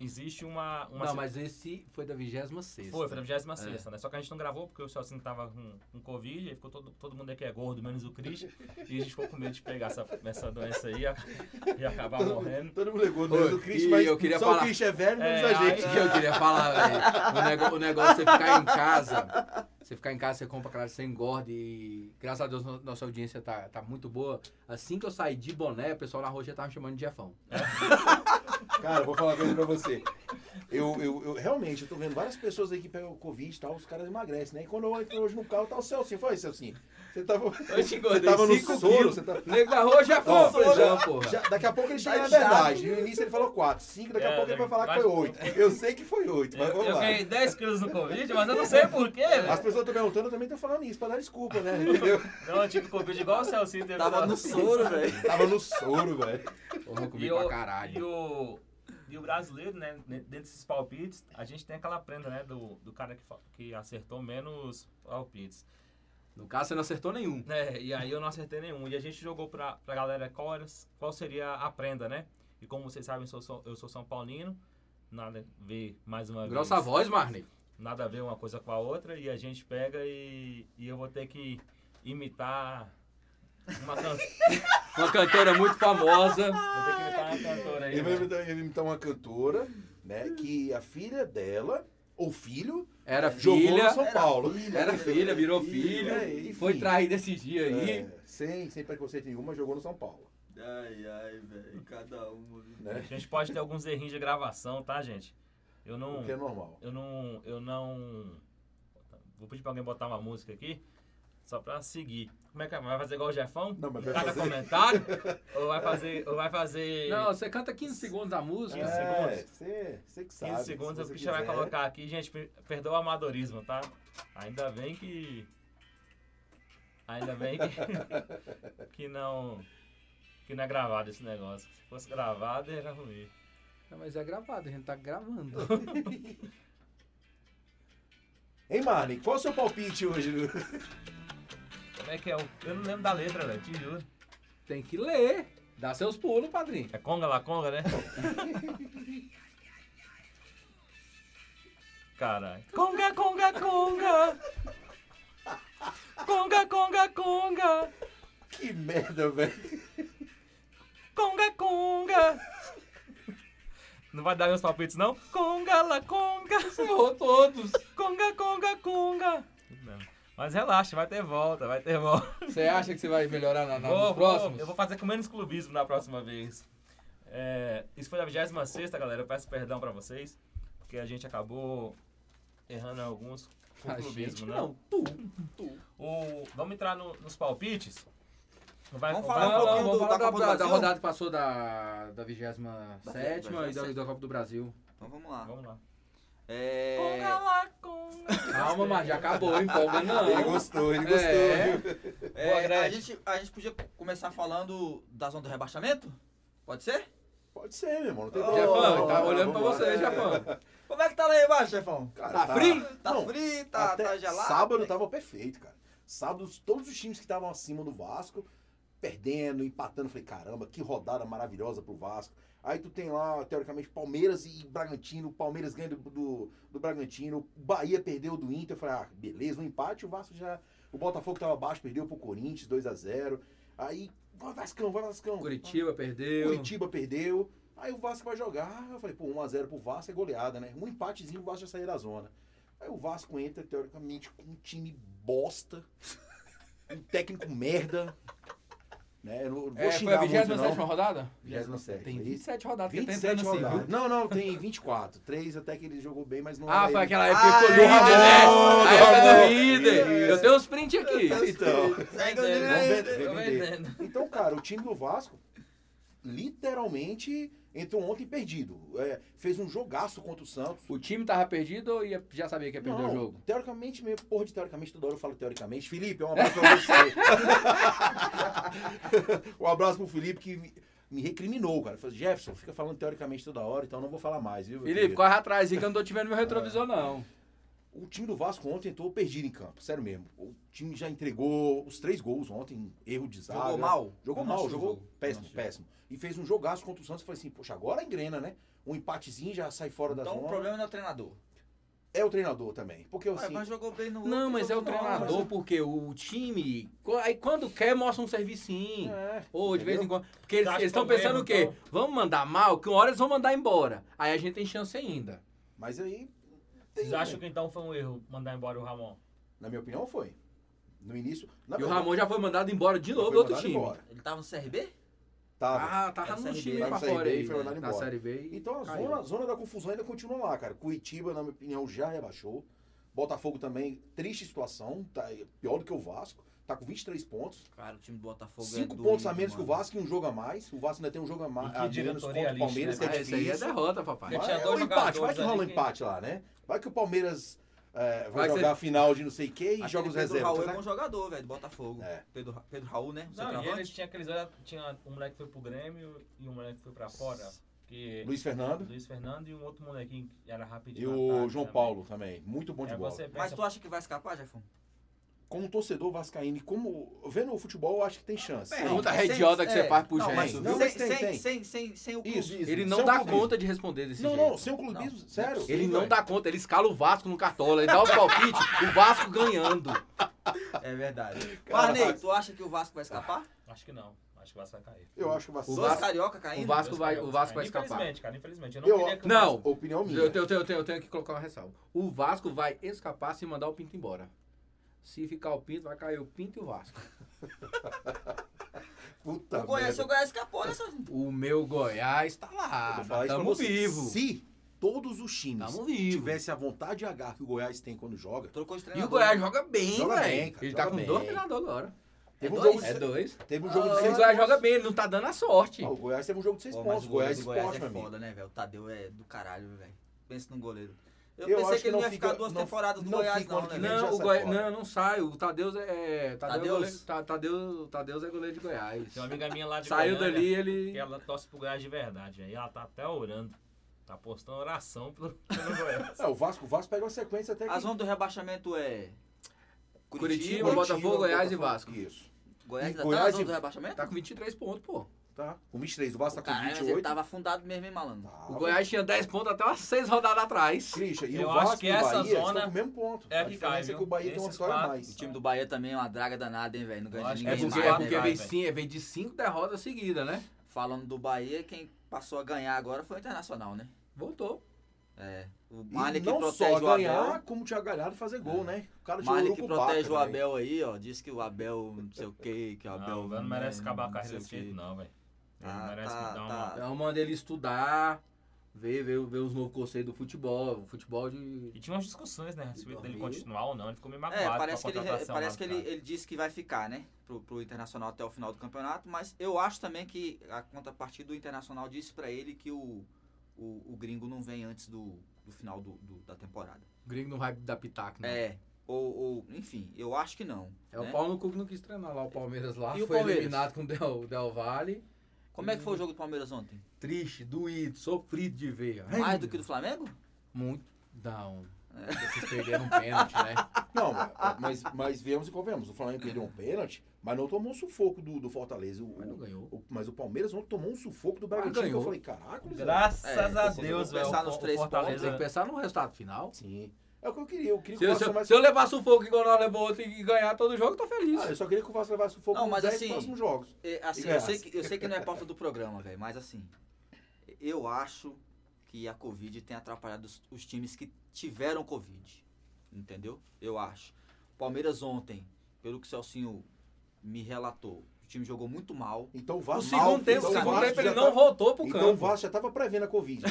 Speaker 5: existe uma... uma
Speaker 6: Não, mas esse foi da 26.
Speaker 5: Foi, foi na 26 né? Só que a gente não gravou porque o Celcinho tava com, com Covid. E ficou todo, todo mundo aqui é gordo, menos o Cris. e a gente ficou com medo de pegar essa, essa doença aí e a- e acabar Tá morrendo.
Speaker 1: Todo mundo ligou,
Speaker 6: Ô,
Speaker 1: mas o Chris,
Speaker 6: e
Speaker 1: mas
Speaker 6: eu queria
Speaker 1: só
Speaker 6: falar-
Speaker 1: o Chris é velho, menos
Speaker 5: É,
Speaker 1: a
Speaker 5: aí-
Speaker 1: gente.
Speaker 6: que eu queria falar, velho. O, nego- o negócio é você ficar em casa. Você ficar em casa, você compra caralho, você engorda e. Graças a Deus, no- nossa audiência tá, tá muito boa. Assim que eu saí de boné, o pessoal na rua já tava me chamando de Jefão.
Speaker 1: Cara, eu vou falar uma coisa pra você. Eu, eu, eu realmente, eu tô vendo várias pessoas aí que pegam Covid e tal, os caras emagrecem, né? E quando eu entro hoje no carro, tá o Celcinho. Foi, Celcinho. Você tava,
Speaker 6: Eu te
Speaker 1: você tava no soro, você tá- tava...
Speaker 6: Nego da rua, Jefão,
Speaker 1: Ó,
Speaker 6: eu falei, já, porra.
Speaker 1: Já- daqui a pouco ele chega
Speaker 4: Tá
Speaker 1: na
Speaker 4: inchado.
Speaker 1: verdade. No início ele falou 4, 5, daqui a
Speaker 5: É,
Speaker 1: pouco ele vai falar que
Speaker 5: mas-
Speaker 1: foi 8. Eu sei que foi 8, mas
Speaker 5: Eu,
Speaker 1: vamos
Speaker 5: eu
Speaker 1: lá.
Speaker 5: ganhei 10 quilos no Covid, mas eu não sei porquê,
Speaker 1: As
Speaker 5: velho.
Speaker 1: pessoas estão perguntando, eu também tô falando isso, pra dar desculpa, né? Entendeu?
Speaker 5: Não, eu tive Covid igual o Celcinho teve.
Speaker 4: Tava
Speaker 5: na-
Speaker 4: no soro, velho.
Speaker 1: Tava no soro, velho.
Speaker 6: Porra, eu comi
Speaker 5: E
Speaker 6: pra
Speaker 5: o- E
Speaker 6: caralho.
Speaker 5: o, e o brasileiro, né? ne- Dentro desses palpites, a gente tem aquela prenda, né? Do, do cara que, fa- que acertou menos palpites.
Speaker 6: No caso, você não acertou nenhum.
Speaker 5: Né? E aí eu não acertei nenhum. E a gente jogou pra, pra galera qual, era, qual seria a prenda, né? E como vocês sabem, eu sou, São- eu sou São Paulino. Nada a ver, mais uma
Speaker 6: Grossa
Speaker 5: vez.
Speaker 6: voz, Marney.
Speaker 5: Nada a ver uma coisa com a outra. E a gente pega e, e eu vou ter que imitar uma cantora.
Speaker 6: Uma cantora muito famosa.
Speaker 5: vou ter que imitar uma cantora aí.
Speaker 1: Ele vai
Speaker 5: né?
Speaker 1: imitar, ele vai imitar uma cantora, né? Que a filha dela, ou filho,
Speaker 6: Era
Speaker 1: jogou no
Speaker 6: filha.
Speaker 1: São Paulo.
Speaker 6: Era filha, virou filho.
Speaker 1: É, enfim.
Speaker 6: Foi traída esse dia aí.
Speaker 1: É, sem, sem preconceito nenhum, mas jogou no São Paulo.
Speaker 4: Ai, ai, velho. Cada uma. viu?
Speaker 5: A
Speaker 1: Né?
Speaker 5: gente pode ter alguns errinhos de gravação, tá, gente? Eu não.
Speaker 1: O que é normal.
Speaker 5: Eu não. Eu não. Vou pedir pra alguém botar uma música aqui. Só pra seguir. Como é que é? Vai fazer igual o Jefão?
Speaker 1: Não, mas vai
Speaker 5: Cada
Speaker 1: fazer-
Speaker 5: comentário? ou vai fazer. Ou vai fazer.
Speaker 6: Não, você canta 15 segundos da música. assim.
Speaker 1: É, você você que sabe.
Speaker 5: 15
Speaker 1: se
Speaker 5: segundos, é
Speaker 1: você
Speaker 5: o Christian vai
Speaker 1: quiser.
Speaker 5: colocar aqui. Gente, per- perdoa o amadorismo, tá? Ainda bem que. Ainda bem que. que não. Que não é gravado esse negócio. Se fosse gravado, era ruim.
Speaker 6: Não, mas é gravado, a gente tá gravando.
Speaker 1: Hein, Marley, qual é o seu palpite hoje? no-
Speaker 5: Como é que é? o- Eu não lembro da letra, velho, te juro.
Speaker 6: Tem que ler. Dá seus pulos, padrinho.
Speaker 5: É conga lá, conga, né? Caralho. Conga, conga, conga! Conga, conga, conga!
Speaker 1: Que merda, velho.
Speaker 5: Conga, conga! Não vai dar meus palpites, não? Conga, lá, conga!
Speaker 6: Você errou todos.
Speaker 5: Conga, conga, conga! Não. Mas relaxa, vai ter volta, vai ter volta.
Speaker 6: Você acha que você vai melhorar na, na,
Speaker 5: Vou,
Speaker 6: nos
Speaker 5: vou.
Speaker 6: próximos?
Speaker 5: eu vou fazer com menos clubismo na próxima vez. É, isso foi na 26 galera. Eu peço perdão pra vocês, porque a gente acabou errando alguns com
Speaker 6: A gente
Speaker 5: clubismo, né?
Speaker 6: não. Tu.
Speaker 5: O- vamos entrar no- nos palpites? Não vai-
Speaker 4: Vamos
Speaker 5: não
Speaker 4: falar
Speaker 5: vai-
Speaker 4: um pouquinho
Speaker 6: Não, vamos
Speaker 4: do-
Speaker 6: falar da,
Speaker 4: da Copa do
Speaker 6: da- da
Speaker 4: Brasil?
Speaker 6: rodada que passou da, da 27 e da,
Speaker 4: 27ª.
Speaker 6: da Copa do Brasil.
Speaker 4: Então vamos lá.
Speaker 5: Vamos lá.
Speaker 4: É.
Speaker 6: Calma, mas já acabou, empolga
Speaker 1: Ele
Speaker 6: não.
Speaker 1: gostou, ele gostou,
Speaker 6: É.
Speaker 1: viu?
Speaker 4: é, a, gente, a gente podia começar falando da zona do rebaixamento? Pode ser?
Speaker 1: Pode ser, meu irmão. Não tem
Speaker 4: Ô,
Speaker 1: problema.
Speaker 6: Jefão,
Speaker 1: Não,
Speaker 6: tá
Speaker 1: não,
Speaker 6: olhando pra
Speaker 1: vamos
Speaker 6: você,
Speaker 1: lá.
Speaker 6: Jefão.
Speaker 4: Como é que tá lá embaixo, chefão?
Speaker 1: Cara,
Speaker 6: Tá frio?
Speaker 4: Tá
Speaker 1: Não,
Speaker 4: frio, tá,
Speaker 1: até
Speaker 4: tá gelado?
Speaker 1: Sábado tava perfeito, cara. Sábado, todos os times que estavam acima do Vasco, perdendo, empatando. Falei, caramba, que rodada maravilhosa pro Vasco. Aí tu tem lá, teoricamente, Palmeiras e Bragantino. O Palmeiras ganha do, do, do Bragantino. O Bahia perdeu do Inter. Eu falei, ah, beleza, um empate. O Vasco já. O Botafogo tava abaixo, perdeu pro Corinthians, 2 a 0 Aí, vai Vascão, vai Vascão.
Speaker 6: Curitiba perdeu.
Speaker 1: Curitiba perdeu. Aí o Vasco vai jogar. Eu falei, pô, 1x0 pro Vasco é goleada, né? Um empatezinho, o Vasco já sair da zona. Aí o Vasco entra, teoricamente, com um time bosta. Um técnico merda. Né? Eu não vou
Speaker 6: É, foi
Speaker 1: xingar
Speaker 6: a
Speaker 1: muito,
Speaker 6: 27
Speaker 1: não. é
Speaker 6: rodada?
Speaker 1: 27ª.
Speaker 6: Tem
Speaker 1: Aí,
Speaker 6: 27 rodadas que tá
Speaker 1: 27
Speaker 6: entrando assim,
Speaker 1: rodadas.
Speaker 6: viu?
Speaker 1: não, não, tem 24. 3 até que ele jogou bem, mas não...
Speaker 6: Ah,
Speaker 1: era
Speaker 6: foi
Speaker 1: ele.
Speaker 6: aquela época que foi do
Speaker 4: Ah, é,
Speaker 6: Rider,
Speaker 1: do
Speaker 6: né? A época do
Speaker 1: Ramon.
Speaker 6: Rider. Eu tenho uns prints aqui.
Speaker 1: Então,
Speaker 4: Segue o
Speaker 1: Vamos
Speaker 4: líder.
Speaker 1: vender,
Speaker 4: Tô
Speaker 1: vender.
Speaker 4: vendendo.
Speaker 1: Então, cara, o time do Vasco literalmente entrou ontem perdido. É, fez um jogaço contra o Santos.
Speaker 6: O time tava perdido ou ia- já sabia que ia perder
Speaker 1: Não,
Speaker 6: o jogo?
Speaker 1: Teoricamente mesmo, porra de teoricamente, toda hora eu falo teoricamente. Felipe, um abraço pra você. um abraço pro Felipe que me, me recriminou, cara. Falei, Jefferson, fica falando teoricamente toda hora, então eu não É. vou falar mais, viu? meu
Speaker 6: Felipe,
Speaker 1: querido?"
Speaker 6: corre atrás aí que eu não tô te vendo meu retrovisor, não.
Speaker 1: O time do Vasco ontem entrou perdido em campo, sério mesmo. O time já entregou os três gols ontem, erro de zaga.
Speaker 4: Jogou mal?
Speaker 1: Jogou
Speaker 4: Eu não
Speaker 1: mal,
Speaker 4: assisti o
Speaker 1: jogou
Speaker 4: jogo. Então, Eu não
Speaker 1: péssimo,
Speaker 4: assisti.
Speaker 1: péssimo. E fez um jogaço contra o Santos. Eu Falei assim, poxa, agora engrena, né? Um empatezinho já sai fora da
Speaker 4: Então
Speaker 1: zona.
Speaker 4: o problema não é o treinador.
Speaker 1: É o treinador também. Porque
Speaker 4: Ué,
Speaker 1: assim,
Speaker 4: mas jogou bem no
Speaker 6: Não,
Speaker 4: outro,
Speaker 6: mas é o
Speaker 4: jogou mal, mas
Speaker 6: treinador, porque o time. qu- Aí quando quer, mostra um servicinho.
Speaker 1: é,
Speaker 6: Ou de vez em
Speaker 1: entendeu?
Speaker 6: quando. Porque eles
Speaker 5: Tá, acho
Speaker 6: estão
Speaker 5: que tá
Speaker 6: pensando
Speaker 5: mesmo,
Speaker 6: o quê?
Speaker 5: então.
Speaker 6: Vamos mandar mal, que uma hora eles vão mandar embora. Aí a gente tem chance ainda.
Speaker 1: Mas aí,
Speaker 5: Vocês acham que então foi um erro mandar embora o Ramon?
Speaker 1: na minha opinião, foi. No início... Na
Speaker 6: E o
Speaker 1: verdade,
Speaker 6: Ramon já foi mandado embora de
Speaker 1: Tá foi
Speaker 6: novo do outro
Speaker 1: mandado
Speaker 6: time.
Speaker 1: embora.
Speaker 4: Ele tava no CRB?
Speaker 1: Tava.
Speaker 6: Ah, tava
Speaker 4: Era
Speaker 6: no
Speaker 4: Série
Speaker 6: time
Speaker 4: B,
Speaker 6: pra
Speaker 1: Série
Speaker 6: fora
Speaker 1: B,
Speaker 6: aí.
Speaker 1: foi mandado
Speaker 6: né? Na
Speaker 1: embora.
Speaker 6: série B.
Speaker 1: Então a
Speaker 6: caiu.
Speaker 1: zona, a zona da confusão ainda continua lá, cara. Curitiba, na minha opinião, já rebaixou. Botafogo também, triste situação, tá pior do que o Vasco. Tá com 23 pontos.
Speaker 4: Cara, o time do Botafogo é
Speaker 1: Cinco
Speaker 4: doido,
Speaker 1: pontos a menos
Speaker 4: mano.
Speaker 1: que o Vasco e um jogo a mais. O Vasco ainda tem um jogo a, ma
Speaker 5: E que
Speaker 1: a menos
Speaker 5: diretoria
Speaker 1: contra o
Speaker 5: lixo,
Speaker 1: Palmeiras,
Speaker 5: né,
Speaker 1: que
Speaker 6: Ah,
Speaker 1: é
Speaker 6: isso aí é
Speaker 1: difícil.
Speaker 6: derrota, papai.
Speaker 5: Mas-
Speaker 1: Mas
Speaker 5: Tinha
Speaker 1: é um
Speaker 5: dois
Speaker 1: empate, vai
Speaker 5: jogadores
Speaker 1: que rola um
Speaker 5: ali que-
Speaker 1: empate lá, né? Vai que o Palmeiras é, vai
Speaker 6: Vai que
Speaker 1: jogar a final de não sei o que e
Speaker 4: Aquele
Speaker 1: joga os
Speaker 4: Pedro Raul
Speaker 1: reservas.
Speaker 4: é
Speaker 1: né?
Speaker 4: bom jogador, velho, do Botafogo.
Speaker 1: É.
Speaker 4: Pedro, Ra- Pedro Raul, né? O
Speaker 5: Não, e ele
Speaker 4: centroavante.
Speaker 5: tinha aqueles olha, tinha um moleque que foi pro Grêmio e um moleque que foi pra fora. Que
Speaker 1: Luiz Fernando
Speaker 5: Luiz Fernando e um outro molequinho que
Speaker 1: e
Speaker 5: era rapidinho. no
Speaker 1: o
Speaker 5: ataque
Speaker 1: João
Speaker 5: também.
Speaker 1: Paulo também. Muito bom de
Speaker 5: Aí
Speaker 1: bola.
Speaker 5: É, você pensa,
Speaker 4: Mas tu acha que vai escapar, Jefão?
Speaker 1: Como um torcedor vascaíno, e como vendo o futebol, eu acho que tem chance.
Speaker 6: É, Pergunta rediosa que você faz pro
Speaker 4: não, mas
Speaker 1: gente,
Speaker 4: sem-
Speaker 1: viu? Mas tem,
Speaker 4: sem,
Speaker 1: tem.
Speaker 4: Sem, sem, sem o clube.
Speaker 1: Isso, isso. é
Speaker 6: Ele não
Speaker 1: Sem o
Speaker 6: dá
Speaker 1: clubismo.
Speaker 6: conta de responder desse
Speaker 1: Não, é um
Speaker 6: jeito.
Speaker 1: não, sem o clubismo,
Speaker 4: Não,
Speaker 1: sério.
Speaker 6: Ele não é
Speaker 4: velho.
Speaker 6: dá conta, ele escala o Vasco no cartola, ele dá o palpite, o Vasco ganhando.
Speaker 4: É verdade.
Speaker 1: Caraca.
Speaker 4: Parnei, tu acha que o Vasco vai escapar?
Speaker 5: Acho que não. Acho que o Vasco vai cair.
Speaker 1: Eu acho que o Vasco.
Speaker 6: O
Speaker 4: Dois
Speaker 6: Vasco-
Speaker 4: carioca caindo?
Speaker 6: o Vasco
Speaker 5: Dois
Speaker 6: vai-
Speaker 5: caras
Speaker 6: o Vasco vai
Speaker 5: cair.
Speaker 6: escapar.
Speaker 5: Infelizmente, cara, infelizmente. Eu não
Speaker 1: Eu-
Speaker 5: queria que o
Speaker 6: Não.
Speaker 5: Vasco-
Speaker 1: Opinião minha.
Speaker 6: Eu, tenho- eu tenho- eu tenho- eu tenho que colocar uma ressalva. O Vasco vai escapar se mandar o Pinto embora. Se ficar o Pinto, vai cair o Pinto e o Vasco.
Speaker 1: Puta
Speaker 4: O Goiás,
Speaker 1: merda.
Speaker 4: o Goiás escapou nessa...
Speaker 6: O meu Goiás tá
Speaker 1: Eu
Speaker 6: lá.
Speaker 1: vou falar isso pra
Speaker 6: Tamo
Speaker 1: você.
Speaker 6: vivo.
Speaker 1: Se todos os times
Speaker 6: Tamo vivo.
Speaker 1: tivessem a vontade de agarrar que o Goiás tem quando joga,
Speaker 4: Trocou de
Speaker 6: E o
Speaker 4: treinador.
Speaker 6: Goiás joga bem,
Speaker 1: Joga bem,
Speaker 6: velho.
Speaker 1: cara,
Speaker 6: Ele tá
Speaker 1: joga
Speaker 6: com
Speaker 1: bem.
Speaker 6: dois treinadores agora.
Speaker 1: teve um,
Speaker 4: dois?
Speaker 1: jogo de
Speaker 6: É
Speaker 1: se-
Speaker 6: dois. Ah,
Speaker 1: teve um jogo de
Speaker 6: O
Speaker 1: seis
Speaker 6: Goiás
Speaker 1: pontos.
Speaker 6: joga bem, ele não tá dando a sorte.
Speaker 1: Ah, o Goiás teve um jogo de seis
Speaker 4: Pô, mas
Speaker 1: pontos.
Speaker 4: o
Speaker 1: Goiás
Speaker 4: goleiro do Goiás
Speaker 1: esporte, meu
Speaker 4: é
Speaker 1: amigo.
Speaker 4: foda, né, velho? O Tadeu é do caralho, velho. Pensa num goleiro. Eu,
Speaker 1: Eu acho
Speaker 4: pensei
Speaker 1: que
Speaker 4: que ele não
Speaker 1: não
Speaker 4: ia ficar
Speaker 1: fica-
Speaker 4: duas
Speaker 1: não-
Speaker 4: temporadas no
Speaker 1: não
Speaker 4: Goiás,
Speaker 1: fica
Speaker 4: não,
Speaker 1: ano
Speaker 4: né,
Speaker 1: que
Speaker 4: velho?
Speaker 1: vem. já
Speaker 6: Não, o
Speaker 1: sai
Speaker 6: Goi-
Speaker 1: fora.
Speaker 6: não, não sai. O Tadeus é. Tadeu é
Speaker 4: Tadeus?
Speaker 6: goleiro, Ta- Tadeus, Tadeus é goleiro de Goiás.
Speaker 5: Tem uma amiga minha lá de
Speaker 6: Saiu
Speaker 5: Goiânia,
Speaker 6: dali, ele.
Speaker 5: Que ela torce pro Goiás de verdade. Aí ela tá até orando. Tá postando oração pelo, pelo Goiás.
Speaker 1: É, o Vasco, o Vasco pega uma sequência até que...
Speaker 4: A zona do rebaixamento é...
Speaker 6: Curitiba, Botafogo, Goiás e Vasco.
Speaker 1: Isso.
Speaker 4: Goiás,
Speaker 1: E
Speaker 4: tá
Speaker 1: Goiás
Speaker 4: na zona
Speaker 1: e-
Speaker 4: do rebaixamento?
Speaker 6: Tá com 23 pontos, pô.
Speaker 1: Tá. Com 23, o Vasco tá com
Speaker 4: Caralho, mas
Speaker 1: 28.
Speaker 4: ele tava afundado mesmo, hein, malandro?
Speaker 1: Tá.
Speaker 6: é O Goiás tinha 10 pontos até umas 6 rodadas atrás.
Speaker 1: Christian, e
Speaker 5: Eu
Speaker 1: o
Speaker 5: acho
Speaker 1: Vasco
Speaker 5: que
Speaker 1: e o
Speaker 5: essa
Speaker 1: Bahia estão
Speaker 5: zona
Speaker 1: com o mesmo ponto.
Speaker 5: é
Speaker 1: a
Speaker 5: que
Speaker 1: diferença
Speaker 5: cai,
Speaker 1: é que
Speaker 5: viu?
Speaker 1: o Bahia tem uma
Speaker 5: Esses
Speaker 1: história a
Speaker 5: quatro-
Speaker 1: mais.
Speaker 4: O time do Bahia também é uma draga danada, hein, velho? Não
Speaker 5: Eu
Speaker 4: ganha de
Speaker 5: acho que
Speaker 6: É
Speaker 4: ninguém
Speaker 6: porque,
Speaker 4: mais,
Speaker 6: é
Speaker 4: né,
Speaker 6: porque
Speaker 5: vai,
Speaker 6: vem,
Speaker 5: vai.
Speaker 6: sim, é vem de 5 derrotas seguidas, né?
Speaker 4: Falando do Bahia, quem passou a ganhar agora foi o Internacional, né?
Speaker 6: Voltou.
Speaker 4: É. O
Speaker 1: E
Speaker 4: Marley que
Speaker 1: não só
Speaker 4: protege o Abel.
Speaker 1: ganhar, como o Thiago Galhardo fazer gol, né? O cara de
Speaker 4: Marley que
Speaker 1: Urucubaca
Speaker 4: protege o
Speaker 1: também.
Speaker 4: Abel aí, ó. Diz que o Abel não sei o que, que o Abel.
Speaker 5: Não, o Abel não merece
Speaker 4: né,
Speaker 5: acabar a
Speaker 4: não
Speaker 5: carreira
Speaker 4: sei o
Speaker 5: desse
Speaker 4: quê.
Speaker 5: jeito, não, velho. Ele
Speaker 4: Ah,
Speaker 5: merece
Speaker 4: tá,
Speaker 5: me dar
Speaker 4: tá.
Speaker 5: uma.
Speaker 6: Então manda ele estudar, ver, ver, ver os novos conceitos do futebol, o futebol de...
Speaker 5: E tinha umas discussões, né? A respeito dele
Speaker 6: Dormir.
Speaker 5: continuar ou não. Ele ficou meio magoado.
Speaker 4: É,
Speaker 5: com a
Speaker 4: parece que, ele, re-
Speaker 5: contratação
Speaker 4: parece
Speaker 5: lá
Speaker 4: que
Speaker 5: do
Speaker 4: ele,
Speaker 5: cara.
Speaker 4: ele disse que vai ficar, né? Pro, pro Internacional até o final do campeonato, mas eu acho também que a contrapartida do Internacional disse pra ele que o, o, o gringo não vem antes do, do final do- do- da temporada.
Speaker 6: O gringo não vai dar pitaco, né?
Speaker 4: É, ou, ou, enfim, eu acho que não.
Speaker 6: É, o
Speaker 4: né?
Speaker 6: Paulo no Cuco não quis treinar lá o Palmeiras lá,
Speaker 4: E o
Speaker 6: foi
Speaker 4: Palmeiras?
Speaker 6: eliminado com o Del, Del Valle.
Speaker 4: Como é que foi o
Speaker 5: Uhum.
Speaker 4: jogo do Palmeiras ontem?
Speaker 6: Triste, doído, sofrido de ver.
Speaker 4: Mais do que do Flamengo?
Speaker 6: Muito. Não. Vocês perderam um pênalti, né?
Speaker 1: Não, mas, mas viemos e convenhamos. O Flamengo perdeu um pênalti, mas não tomou um sufoco do, do Fortaleza. O-
Speaker 6: Mas não ganhou.
Speaker 1: o- mas o Palmeiras ontem tomou um sufoco do
Speaker 4: Ah,
Speaker 1: Bragantino. que
Speaker 6: ganhou.
Speaker 1: eu falei, caraca, Zé.
Speaker 5: Graças
Speaker 4: É,
Speaker 5: a
Speaker 4: se
Speaker 5: Deus,
Speaker 4: for
Speaker 5: velho.
Speaker 4: pensar
Speaker 5: o
Speaker 4: nos
Speaker 5: Fo-
Speaker 4: três
Speaker 5: o Fortaleza.
Speaker 6: Tem que pensar no resultado final.
Speaker 1: Sim. É o que eu queria. Eu queria
Speaker 6: Se
Speaker 1: que
Speaker 6: eu,
Speaker 1: o
Speaker 6: se,
Speaker 1: Vasco
Speaker 6: eu,
Speaker 1: mais...
Speaker 6: se eu levar sufoco igual nós levou ontem e ganhar todo jogo, eu tô feliz.
Speaker 1: Ah, eu só queria que o Vasco levasse sufoco
Speaker 4: Não,
Speaker 1: nos
Speaker 4: mas
Speaker 1: 10
Speaker 4: assim-
Speaker 1: próximos jogos.
Speaker 4: É, assim,
Speaker 1: E
Speaker 4: eu sei,
Speaker 1: graças.
Speaker 4: que, eu sei que não é pauta do programa, velho, mas assim, eu acho que a Covid tem atrapalhado os, os times que tiveram Covid. Entendeu? Eu acho. Palmeiras ontem, pelo que o Celcinho me relatou, o time jogou muito mal.
Speaker 1: Então o
Speaker 6: o
Speaker 1: Vasco.
Speaker 6: segundo
Speaker 1: mal,
Speaker 6: tempo,
Speaker 1: então
Speaker 6: o segundo
Speaker 1: Vasco
Speaker 6: tempo
Speaker 1: já
Speaker 6: ele não
Speaker 1: tá-
Speaker 6: voltou pro
Speaker 1: Então o
Speaker 6: campo.
Speaker 1: Vasco já tava prevendo a Covid, né?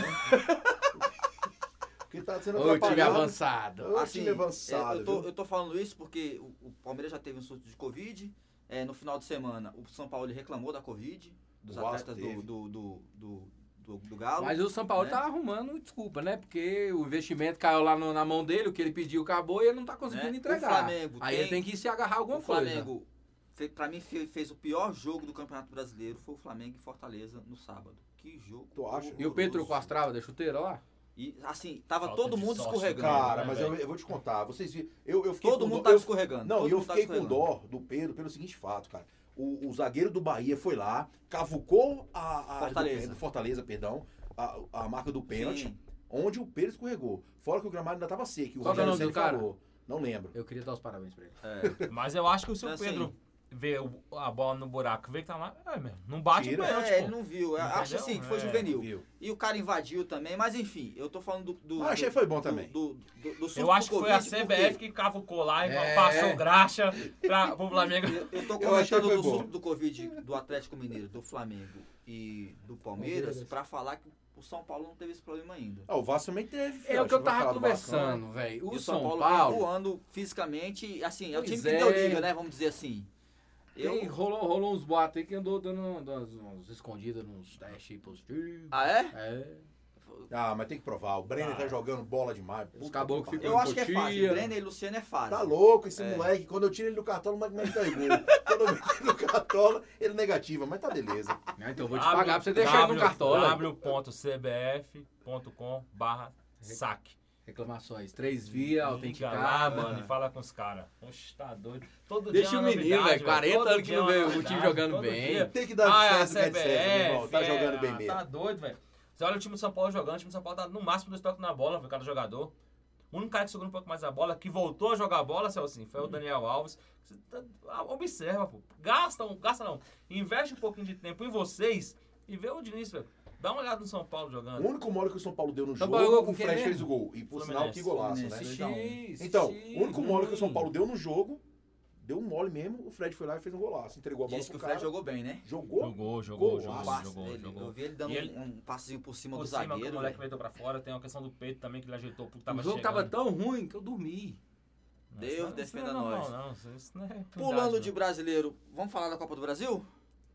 Speaker 1: Porque tá sendo
Speaker 6: Ô, time
Speaker 1: atrapalhado.
Speaker 6: avançado. é,
Speaker 1: Ô,
Speaker 4: Assim,
Speaker 1: É um time avançado.
Speaker 4: eu, tô,
Speaker 1: viu?
Speaker 4: eu tô falando isso porque o, o Palmeiras já teve um surto de Covid. é, no final de semana, o São Paulo ele reclamou da Covid, dos
Speaker 1: O Vasco
Speaker 4: atletas
Speaker 1: teve.
Speaker 4: do, do, do, do, do- do Galo.
Speaker 6: Mas o São Paulo
Speaker 4: né?
Speaker 6: tá arrumando desculpa, né? Porque o investimento caiu lá no- na mão dele, o que ele pediu acabou e ele não tá conseguindo
Speaker 4: Né? O
Speaker 6: entregar.
Speaker 4: Flamengo
Speaker 6: Aí
Speaker 4: tem-
Speaker 6: ele tem que se agarrar a alguma
Speaker 4: o
Speaker 6: coisa.
Speaker 4: Flamengo, fe- pra mim, fe- fez o pior jogo do Campeonato Brasileiro, foi o Flamengo e Fortaleza no sábado. Que jogo.
Speaker 1: Tu acha?
Speaker 6: E o
Speaker 4: horroroso.
Speaker 6: Pedro com as travas da chuteira lá?
Speaker 4: E assim, tava
Speaker 5: Falta
Speaker 4: todo
Speaker 5: de
Speaker 4: mundo
Speaker 5: sorte,
Speaker 4: escorregando.
Speaker 1: Cara,
Speaker 5: né,
Speaker 1: mas
Speaker 5: velho?
Speaker 1: eu, eu vou te contar. Vocês viram. Eu, eu fiquei
Speaker 4: Todo
Speaker 1: com
Speaker 4: mundo
Speaker 1: dó-
Speaker 6: tá
Speaker 4: tava
Speaker 1: eu-
Speaker 4: escorregando.
Speaker 1: Não,
Speaker 4: todo
Speaker 1: e eu
Speaker 4: mundo tava
Speaker 1: fiquei com
Speaker 4: escorregando.
Speaker 1: dó do Pedro pelo seguinte fato, cara. O, o zagueiro do Bahia foi lá, cavucou a, a área do
Speaker 4: Fortaleza.
Speaker 1: pênalti- Fortaleza, perdão, a, a marca do pênalti,
Speaker 4: Sim.
Speaker 1: onde o Pedro escorregou. Fora que o gramado ainda tava seco, e o
Speaker 6: Qual que é o
Speaker 1: Rogério
Speaker 6: nome do
Speaker 1: Ceni
Speaker 6: cara?
Speaker 1: falou. Não lembro.
Speaker 6: Eu queria dar os parabéns pra ele.
Speaker 5: Mas eu acho que se o
Speaker 4: Então, assim,
Speaker 5: Pedro vê o- a bola no buraco, vê que tá lá, é, meu, não bate tipo, o
Speaker 1: Tira.
Speaker 5: pênalti, pô.
Speaker 4: É, ele não viu. Eu acho
Speaker 5: Entendeu?
Speaker 4: assim, que foi
Speaker 5: É.
Speaker 4: juvenil.
Speaker 1: Viu?
Speaker 4: E o cara invadiu também, mas enfim, eu tô falando do. do
Speaker 1: Mas achei
Speaker 4: do-
Speaker 1: foi bom
Speaker 4: do-
Speaker 1: também.
Speaker 4: Do, do, do, do surto
Speaker 5: Eu acho
Speaker 4: do
Speaker 5: que foi a
Speaker 4: Covid, por quê?
Speaker 5: CBF que cavucou lá e
Speaker 6: É.
Speaker 5: passou graxa pra, pro Flamengo.
Speaker 4: Eu, eu tô
Speaker 1: Eu achei que
Speaker 4: comentando
Speaker 1: foi
Speaker 4: do
Speaker 1: bom.
Speaker 4: surto do Covid do Atlético Mineiro, do Flamengo e do Palmeiras
Speaker 6: Palmeiras.
Speaker 4: pra falar que o São Paulo não teve esse problema ainda.
Speaker 1: Ah, o Vasco também teve.
Speaker 6: É o
Speaker 1: filhote,
Speaker 6: que eu
Speaker 1: não vai
Speaker 6: tava
Speaker 1: falar do Vasco, né? não.
Speaker 6: conversando, velho.
Speaker 4: E
Speaker 6: O São Paulo,
Speaker 4: vem voando fisicamente, assim, é o
Speaker 6: Pois
Speaker 4: time que deu
Speaker 6: é.
Speaker 4: liga, né? Vamos dizer assim.
Speaker 6: tem-
Speaker 4: Eu...
Speaker 6: rolou, rolou uns boatos aí que andou dando umas, umas escondidas nos testes positivos.
Speaker 4: Ah, é?
Speaker 6: É.
Speaker 1: Ah, mas tem que provar. O Brenner tá jogando bola demais. Puta
Speaker 6: caboclos
Speaker 1: que
Speaker 6: ficam-
Speaker 1: pariu.
Speaker 4: Eu acho que é fácil.
Speaker 6: Cotia.
Speaker 4: Brenner e Luciano é fácil.
Speaker 1: Tá louco esse moleque. Quando eu tiro ele do cartola, o moleque me entregou. Quando eu meto ele no cartola, ele negativa, mas tá beleza.
Speaker 6: Não, então eu vou te pagar pra você deixar ele no cartola.
Speaker 5: www.cbf.com.br saque.
Speaker 6: Reclamações, três via,
Speaker 5: Liga lá,
Speaker 6: autenticar.
Speaker 5: mano, e fala com os caras. Oxe, tá doido. Todo
Speaker 6: Deixa
Speaker 5: dia é
Speaker 6: o
Speaker 5: uma
Speaker 6: menino,
Speaker 5: novidade,
Speaker 6: velho, 40
Speaker 5: Todo
Speaker 6: anos que
Speaker 5: dia
Speaker 6: não
Speaker 5: é uma
Speaker 6: vê o time
Speaker 5: novidade,
Speaker 6: jogando
Speaker 5: todo
Speaker 6: bem.
Speaker 5: dia.
Speaker 1: Tem que dar
Speaker 5: Ah, é a
Speaker 1: licença, que é de certo, meu irmão.
Speaker 5: CBF.
Speaker 1: Tá
Speaker 5: é,
Speaker 1: jogando bem
Speaker 5: ah,
Speaker 1: mesmo.
Speaker 5: Tá doido, velho. Você olha o time do São Paulo jogando, o time do São Paulo tá no máximo dois toques na bola, foi cada jogador. O único cara que segura um pouco mais a bola, que voltou a jogar a bola, Celcinho, foi o Daniel Alves. Você tá- ah, Observa, pô. Gasta, um- gasta não. Investe um pouquinho de tempo em vocês e vê o Diniz, velho. Dá uma olhada no São Paulo jogando.
Speaker 1: O único mole que o São Paulo deu no
Speaker 6: São
Speaker 1: jogo,
Speaker 6: Paulo jogou com
Speaker 1: o
Speaker 6: quem
Speaker 1: Fred
Speaker 6: mesmo?
Speaker 1: fez o gol. E por sinal, que golaço,
Speaker 4: Fluminense.
Speaker 1: né?
Speaker 4: Fluminense.
Speaker 6: um.
Speaker 1: Então, o único mole que o São Paulo deu no jogo, deu um mole mesmo, o Fred foi lá e fez um golaço. Entregou a bola
Speaker 4: Diz que
Speaker 1: pro
Speaker 4: o Fred
Speaker 1: cara.
Speaker 4: jogou bem, né?
Speaker 1: Jogou?
Speaker 5: Jogou, jogou, jogou,
Speaker 1: Golaço
Speaker 4: Passe,
Speaker 5: jogou,
Speaker 4: ele- Eu
Speaker 5: jogou.
Speaker 4: vi ele dando
Speaker 5: E ele-
Speaker 4: um, um passezinho por cima
Speaker 5: Por
Speaker 4: do
Speaker 5: cima, que o
Speaker 4: zagueiro.
Speaker 5: moleque
Speaker 4: velho.
Speaker 5: meteu pra fora, tem a questão do peito também que ele ajeitou porque tava
Speaker 6: o jogo
Speaker 5: chegando.
Speaker 6: tava tão ruim que eu dormi.
Speaker 5: Não,
Speaker 4: Deus
Speaker 5: isso não- isso
Speaker 4: defenda
Speaker 5: não é normal,
Speaker 4: nós.
Speaker 5: Não, isso- isso não é
Speaker 4: Pulando
Speaker 5: verdade,
Speaker 4: de brasileiro, vamos falar da Copa do Brasil?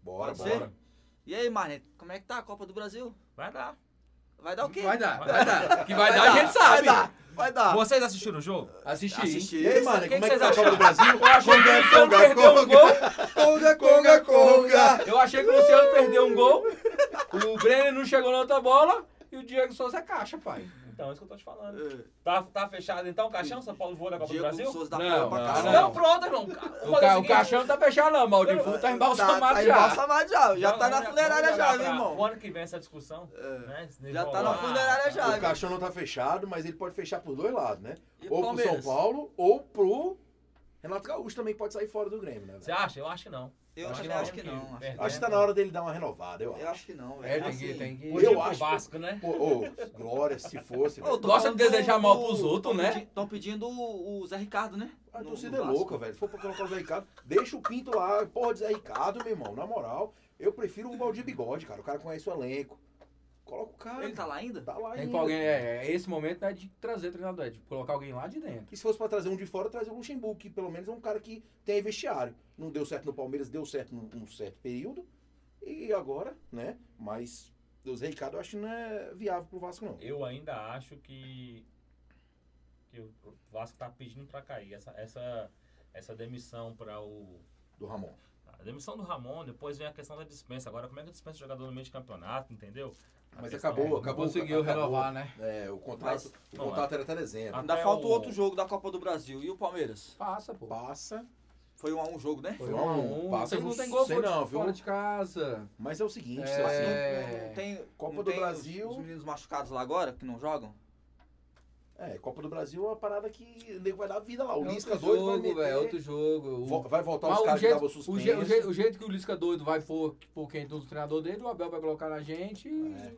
Speaker 1: Bora,
Speaker 4: Pode ser?
Speaker 1: bora.
Speaker 4: E aí, Marnet, como é que tá a Copa do Brasil?
Speaker 5: não. Vai lá.
Speaker 4: Vai dar o quê?
Speaker 6: Vai dar,
Speaker 5: Vai
Speaker 6: vai dar. Que vai, dar, a gente sabe.
Speaker 4: Vai dar, vai dar.
Speaker 5: Vocês assistiram o jogo?
Speaker 6: Assistir.
Speaker 4: Assistir.
Speaker 1: E aí, mano,
Speaker 5: Quem
Speaker 1: como é
Speaker 5: que
Speaker 1: que tá é a
Speaker 5: vocês
Speaker 1: Copa do Brasil?
Speaker 6: Achei que o Luciano perdeu
Speaker 1: tá
Speaker 6: um gol. Conga,
Speaker 1: Conga, conga.
Speaker 6: Eu achei que o Luciano perdeu um gol. O Brenner não chegou na outra bola. E o Diego Souza é caixa, pai.
Speaker 5: Então, é isso que eu tô te falando.
Speaker 4: É,
Speaker 5: Tá, tá fechado então o caixão? São Paulo voa da Copa
Speaker 4: Diego
Speaker 5: do Brasil? Ah,
Speaker 4: Souza da
Speaker 6: Não,
Speaker 4: porra pra
Speaker 6: não,
Speaker 4: caralho.
Speaker 5: Não, pronto, irmão.
Speaker 6: O, ca o caixão não tá fechado, não, mas o defunto tá
Speaker 4: Tá,
Speaker 6: embalsamado
Speaker 4: tá
Speaker 6: já.
Speaker 4: embalsamado já. Já tá na funerária já, meu
Speaker 5: O
Speaker 4: irmão.
Speaker 5: ano que vem essa discussão, né? Esse
Speaker 4: Já tá na
Speaker 5: negócio lá.
Speaker 4: funerária já.
Speaker 1: O caixão não tá fechado, mas ele pode fechar por dois lados, né?
Speaker 4: E
Speaker 1: ou
Speaker 4: Palmeiras?
Speaker 1: pro São Paulo, ou pro Renato Gaúcho também pode sair fora do Grêmio, né? velho?
Speaker 5: Você acha? Eu acho que não.
Speaker 4: Eu também
Speaker 5: não,
Speaker 4: acho que não, acho que
Speaker 5: perde,
Speaker 1: Acho que
Speaker 5: né?
Speaker 1: tá na hora dele dar uma renovada, eu
Speaker 4: Eu
Speaker 1: acho.
Speaker 4: acho que não,
Speaker 6: É,
Speaker 4: velho.
Speaker 6: tem que,
Speaker 4: Assim,
Speaker 6: tem que.
Speaker 1: Hoje-
Speaker 5: Podia pro
Speaker 1: acho-
Speaker 5: Vasco, né?
Speaker 1: Pô, ô, glória, se fosse.
Speaker 4: Ô,
Speaker 1: velho.
Speaker 4: tô
Speaker 6: Gosta
Speaker 4: falando
Speaker 6: de desejar
Speaker 4: do-
Speaker 6: mal pros
Speaker 4: do-
Speaker 6: outros,
Speaker 4: tão
Speaker 6: né?
Speaker 4: pedi- Tão pedindo o, o Zé Ricardo, né?
Speaker 1: A
Speaker 4: No-
Speaker 1: torcida é
Speaker 4: no Vasco.
Speaker 1: louca, velho. Se for pra colocar o Zé Ricardo, deixa o Pinto lá. Porra, de Zé Ricardo, meu irmão. Na moral, eu prefiro o Valdir Bigode, cara. O cara conhece o elenco. Coloca o cara.
Speaker 4: Ele tá lá ainda?
Speaker 1: Tá lá
Speaker 6: Tem
Speaker 1: ainda.
Speaker 6: pra alguém, é, é, esse momento não é de trazer treinador, é de colocar alguém lá de dentro.
Speaker 1: E se fosse pra trazer um de fora, trazer o Luxemburgo, que pelo menos é um cara que tem vestiário. Não deu certo no Palmeiras, deu certo num, num certo período. E agora, né? Mas o Zé Ricardo eu acho que não é viável pro Vasco, não.
Speaker 5: Eu ainda acho que, que o o Vasco tá pedindo pra cair. Essa, essa, essa demissão pra o.
Speaker 1: Do Ramon.
Speaker 5: a A demissão do Ramon, depois vem a questão da dispensa. Agora, como é que dispensa o jogador no meio de campeonato, entendeu? A
Speaker 1: Mas
Speaker 5: questão-
Speaker 1: acabou,
Speaker 6: Não
Speaker 1: acabou.
Speaker 6: conseguiu
Speaker 1: acabou.
Speaker 6: renovar, né?
Speaker 1: É, o contrato, o
Speaker 5: Não,
Speaker 1: contrato era até dezembro.
Speaker 5: Ah.
Speaker 4: Ainda
Speaker 5: Até
Speaker 4: falta
Speaker 5: o-
Speaker 4: outro jogo da Copa do Brasil. E o Palmeiras?
Speaker 6: Passa, pô.
Speaker 1: Passa.
Speaker 4: Foi um a um jogo, né?
Speaker 1: Foi um a um. Passa
Speaker 6: não
Speaker 1: não
Speaker 6: tem gol
Speaker 1: sei
Speaker 6: fora, de-
Speaker 1: não, viu?
Speaker 6: fora de casa.
Speaker 1: Mas é o seguinte,
Speaker 6: É.
Speaker 1: assim,
Speaker 4: né? Não- não tem,
Speaker 1: Copa
Speaker 4: não
Speaker 1: do
Speaker 4: tem os-
Speaker 1: Brasil.
Speaker 4: Os, meninos machucados lá agora, que não jogam.
Speaker 1: é, Copa do Brasil é uma parada que o nego vai dar vida lá. O
Speaker 6: É
Speaker 1: Lisca
Speaker 6: outro
Speaker 1: doido vai
Speaker 6: jogo, velho, é
Speaker 1: meter,
Speaker 6: outro jogo. O-
Speaker 1: vo- vai voltar
Speaker 6: Mas
Speaker 1: os
Speaker 6: o
Speaker 1: caras que
Speaker 6: jeito,
Speaker 1: estavam
Speaker 6: o, je- o, je-
Speaker 1: suspensos.
Speaker 6: o jeito que o Lisca doido vai pôr, pôr quem do treinador dele, o Abel vai colocar na gente e
Speaker 1: É.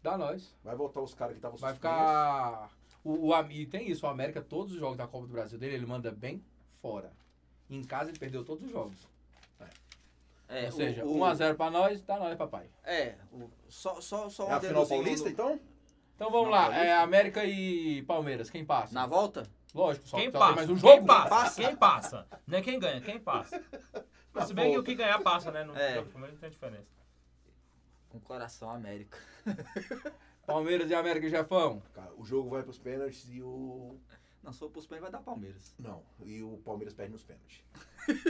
Speaker 6: dá nós.
Speaker 1: Vai voltar os caras que É estavam
Speaker 6: Vai
Speaker 1: suspensos.
Speaker 6: ficar. O, o Am- e tem isso, o América, todos os jogos da Copa do Brasil dele, ele manda bem fora. Em casa ele perdeu todos os jogos.
Speaker 4: É,
Speaker 6: Ou seja,
Speaker 4: o, o,
Speaker 6: 1x0 pra nós, dá nós, papai.
Speaker 4: É, o, só, só, só um
Speaker 1: É a final
Speaker 4: dedozinho
Speaker 1: paulista,
Speaker 4: no-
Speaker 1: então?
Speaker 6: Então vamos
Speaker 4: Não,
Speaker 6: lá,
Speaker 4: Paulista?
Speaker 6: é América e Palmeiras, quem passa?
Speaker 4: Na volta?
Speaker 6: Lógico, só
Speaker 5: Quem
Speaker 6: que só
Speaker 5: passa?
Speaker 6: tem mais um jogo.
Speaker 5: Quem passa?
Speaker 4: Passa.
Speaker 5: Quem passa? Não é quem ganha, quem passa.
Speaker 6: Tá
Speaker 5: Mas se bem que o que ganhar passa, né? No
Speaker 4: É.
Speaker 5: jogo do Palmeiras não tem diferença.
Speaker 4: Com coração América.
Speaker 6: né? Palmeiras e América e Japão.
Speaker 1: Cara, o jogo vai pros pênaltis e o...
Speaker 4: Não, se for pros pênaltis, vai dar Palmeiras.
Speaker 1: Não, e o Palmeiras perde nos pênaltis.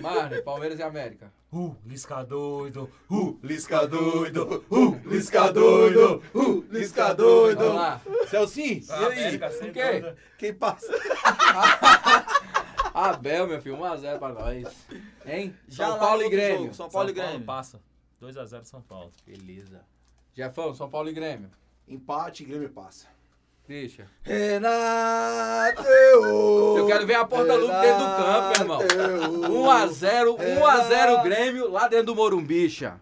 Speaker 6: Mano, Palmeiras e América.
Speaker 5: Uh, Lisca doido.
Speaker 1: Uh, Lisca doido! Uh, Lisca doido! Uh, Lisca doido!
Speaker 6: Vamos lá.
Speaker 1: Celcinho,
Speaker 5: A
Speaker 1: e aí?
Speaker 5: América sem
Speaker 6: o quê?
Speaker 5: dúvida.
Speaker 1: Quem passa?
Speaker 6: Abel, meu filho, 1x0 pra nós. Hein?
Speaker 4: Já
Speaker 6: São
Speaker 4: lá
Speaker 6: Paulo
Speaker 4: no
Speaker 6: e
Speaker 4: outro
Speaker 6: Grêmio.
Speaker 4: jogo, São Paulo e Grêmio.
Speaker 5: passa. 2x0 São Paulo.
Speaker 6: Beleza. Jefão, São Paulo e Grêmio.
Speaker 1: Empate, Grêmio passa.
Speaker 6: Christian.
Speaker 1: Renato!
Speaker 6: Eu quero ver a porta lupa dentro do campo, meu irmão. 1x0, 1x0 Grêmio lá dentro do Morumbicha.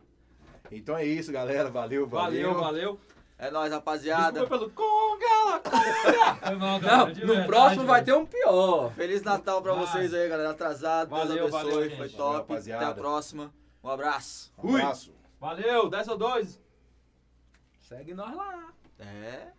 Speaker 1: Então é isso, galera. Valeu, valeu.
Speaker 5: valeu.
Speaker 4: É nóis, rapaziada.
Speaker 5: Desculpa pelo Congala, Conga! Foi mal,
Speaker 6: Não,
Speaker 5: galera, de
Speaker 6: no
Speaker 5: verdade,
Speaker 6: próximo vai
Speaker 5: velho.
Speaker 6: ter um pior.
Speaker 4: Feliz Natal pra
Speaker 5: Vai.
Speaker 4: vocês aí, galera. Atrasado.
Speaker 5: Valeu,
Speaker 4: Deus abençoe.
Speaker 5: valeu, gente.
Speaker 4: Foi
Speaker 1: Valeu,
Speaker 4: top.
Speaker 1: rapaziada.
Speaker 4: Até a próxima. Um abraço.
Speaker 1: Um abraço.
Speaker 5: Valeu, 10 ou 2.
Speaker 6: Segue nós lá.
Speaker 4: É.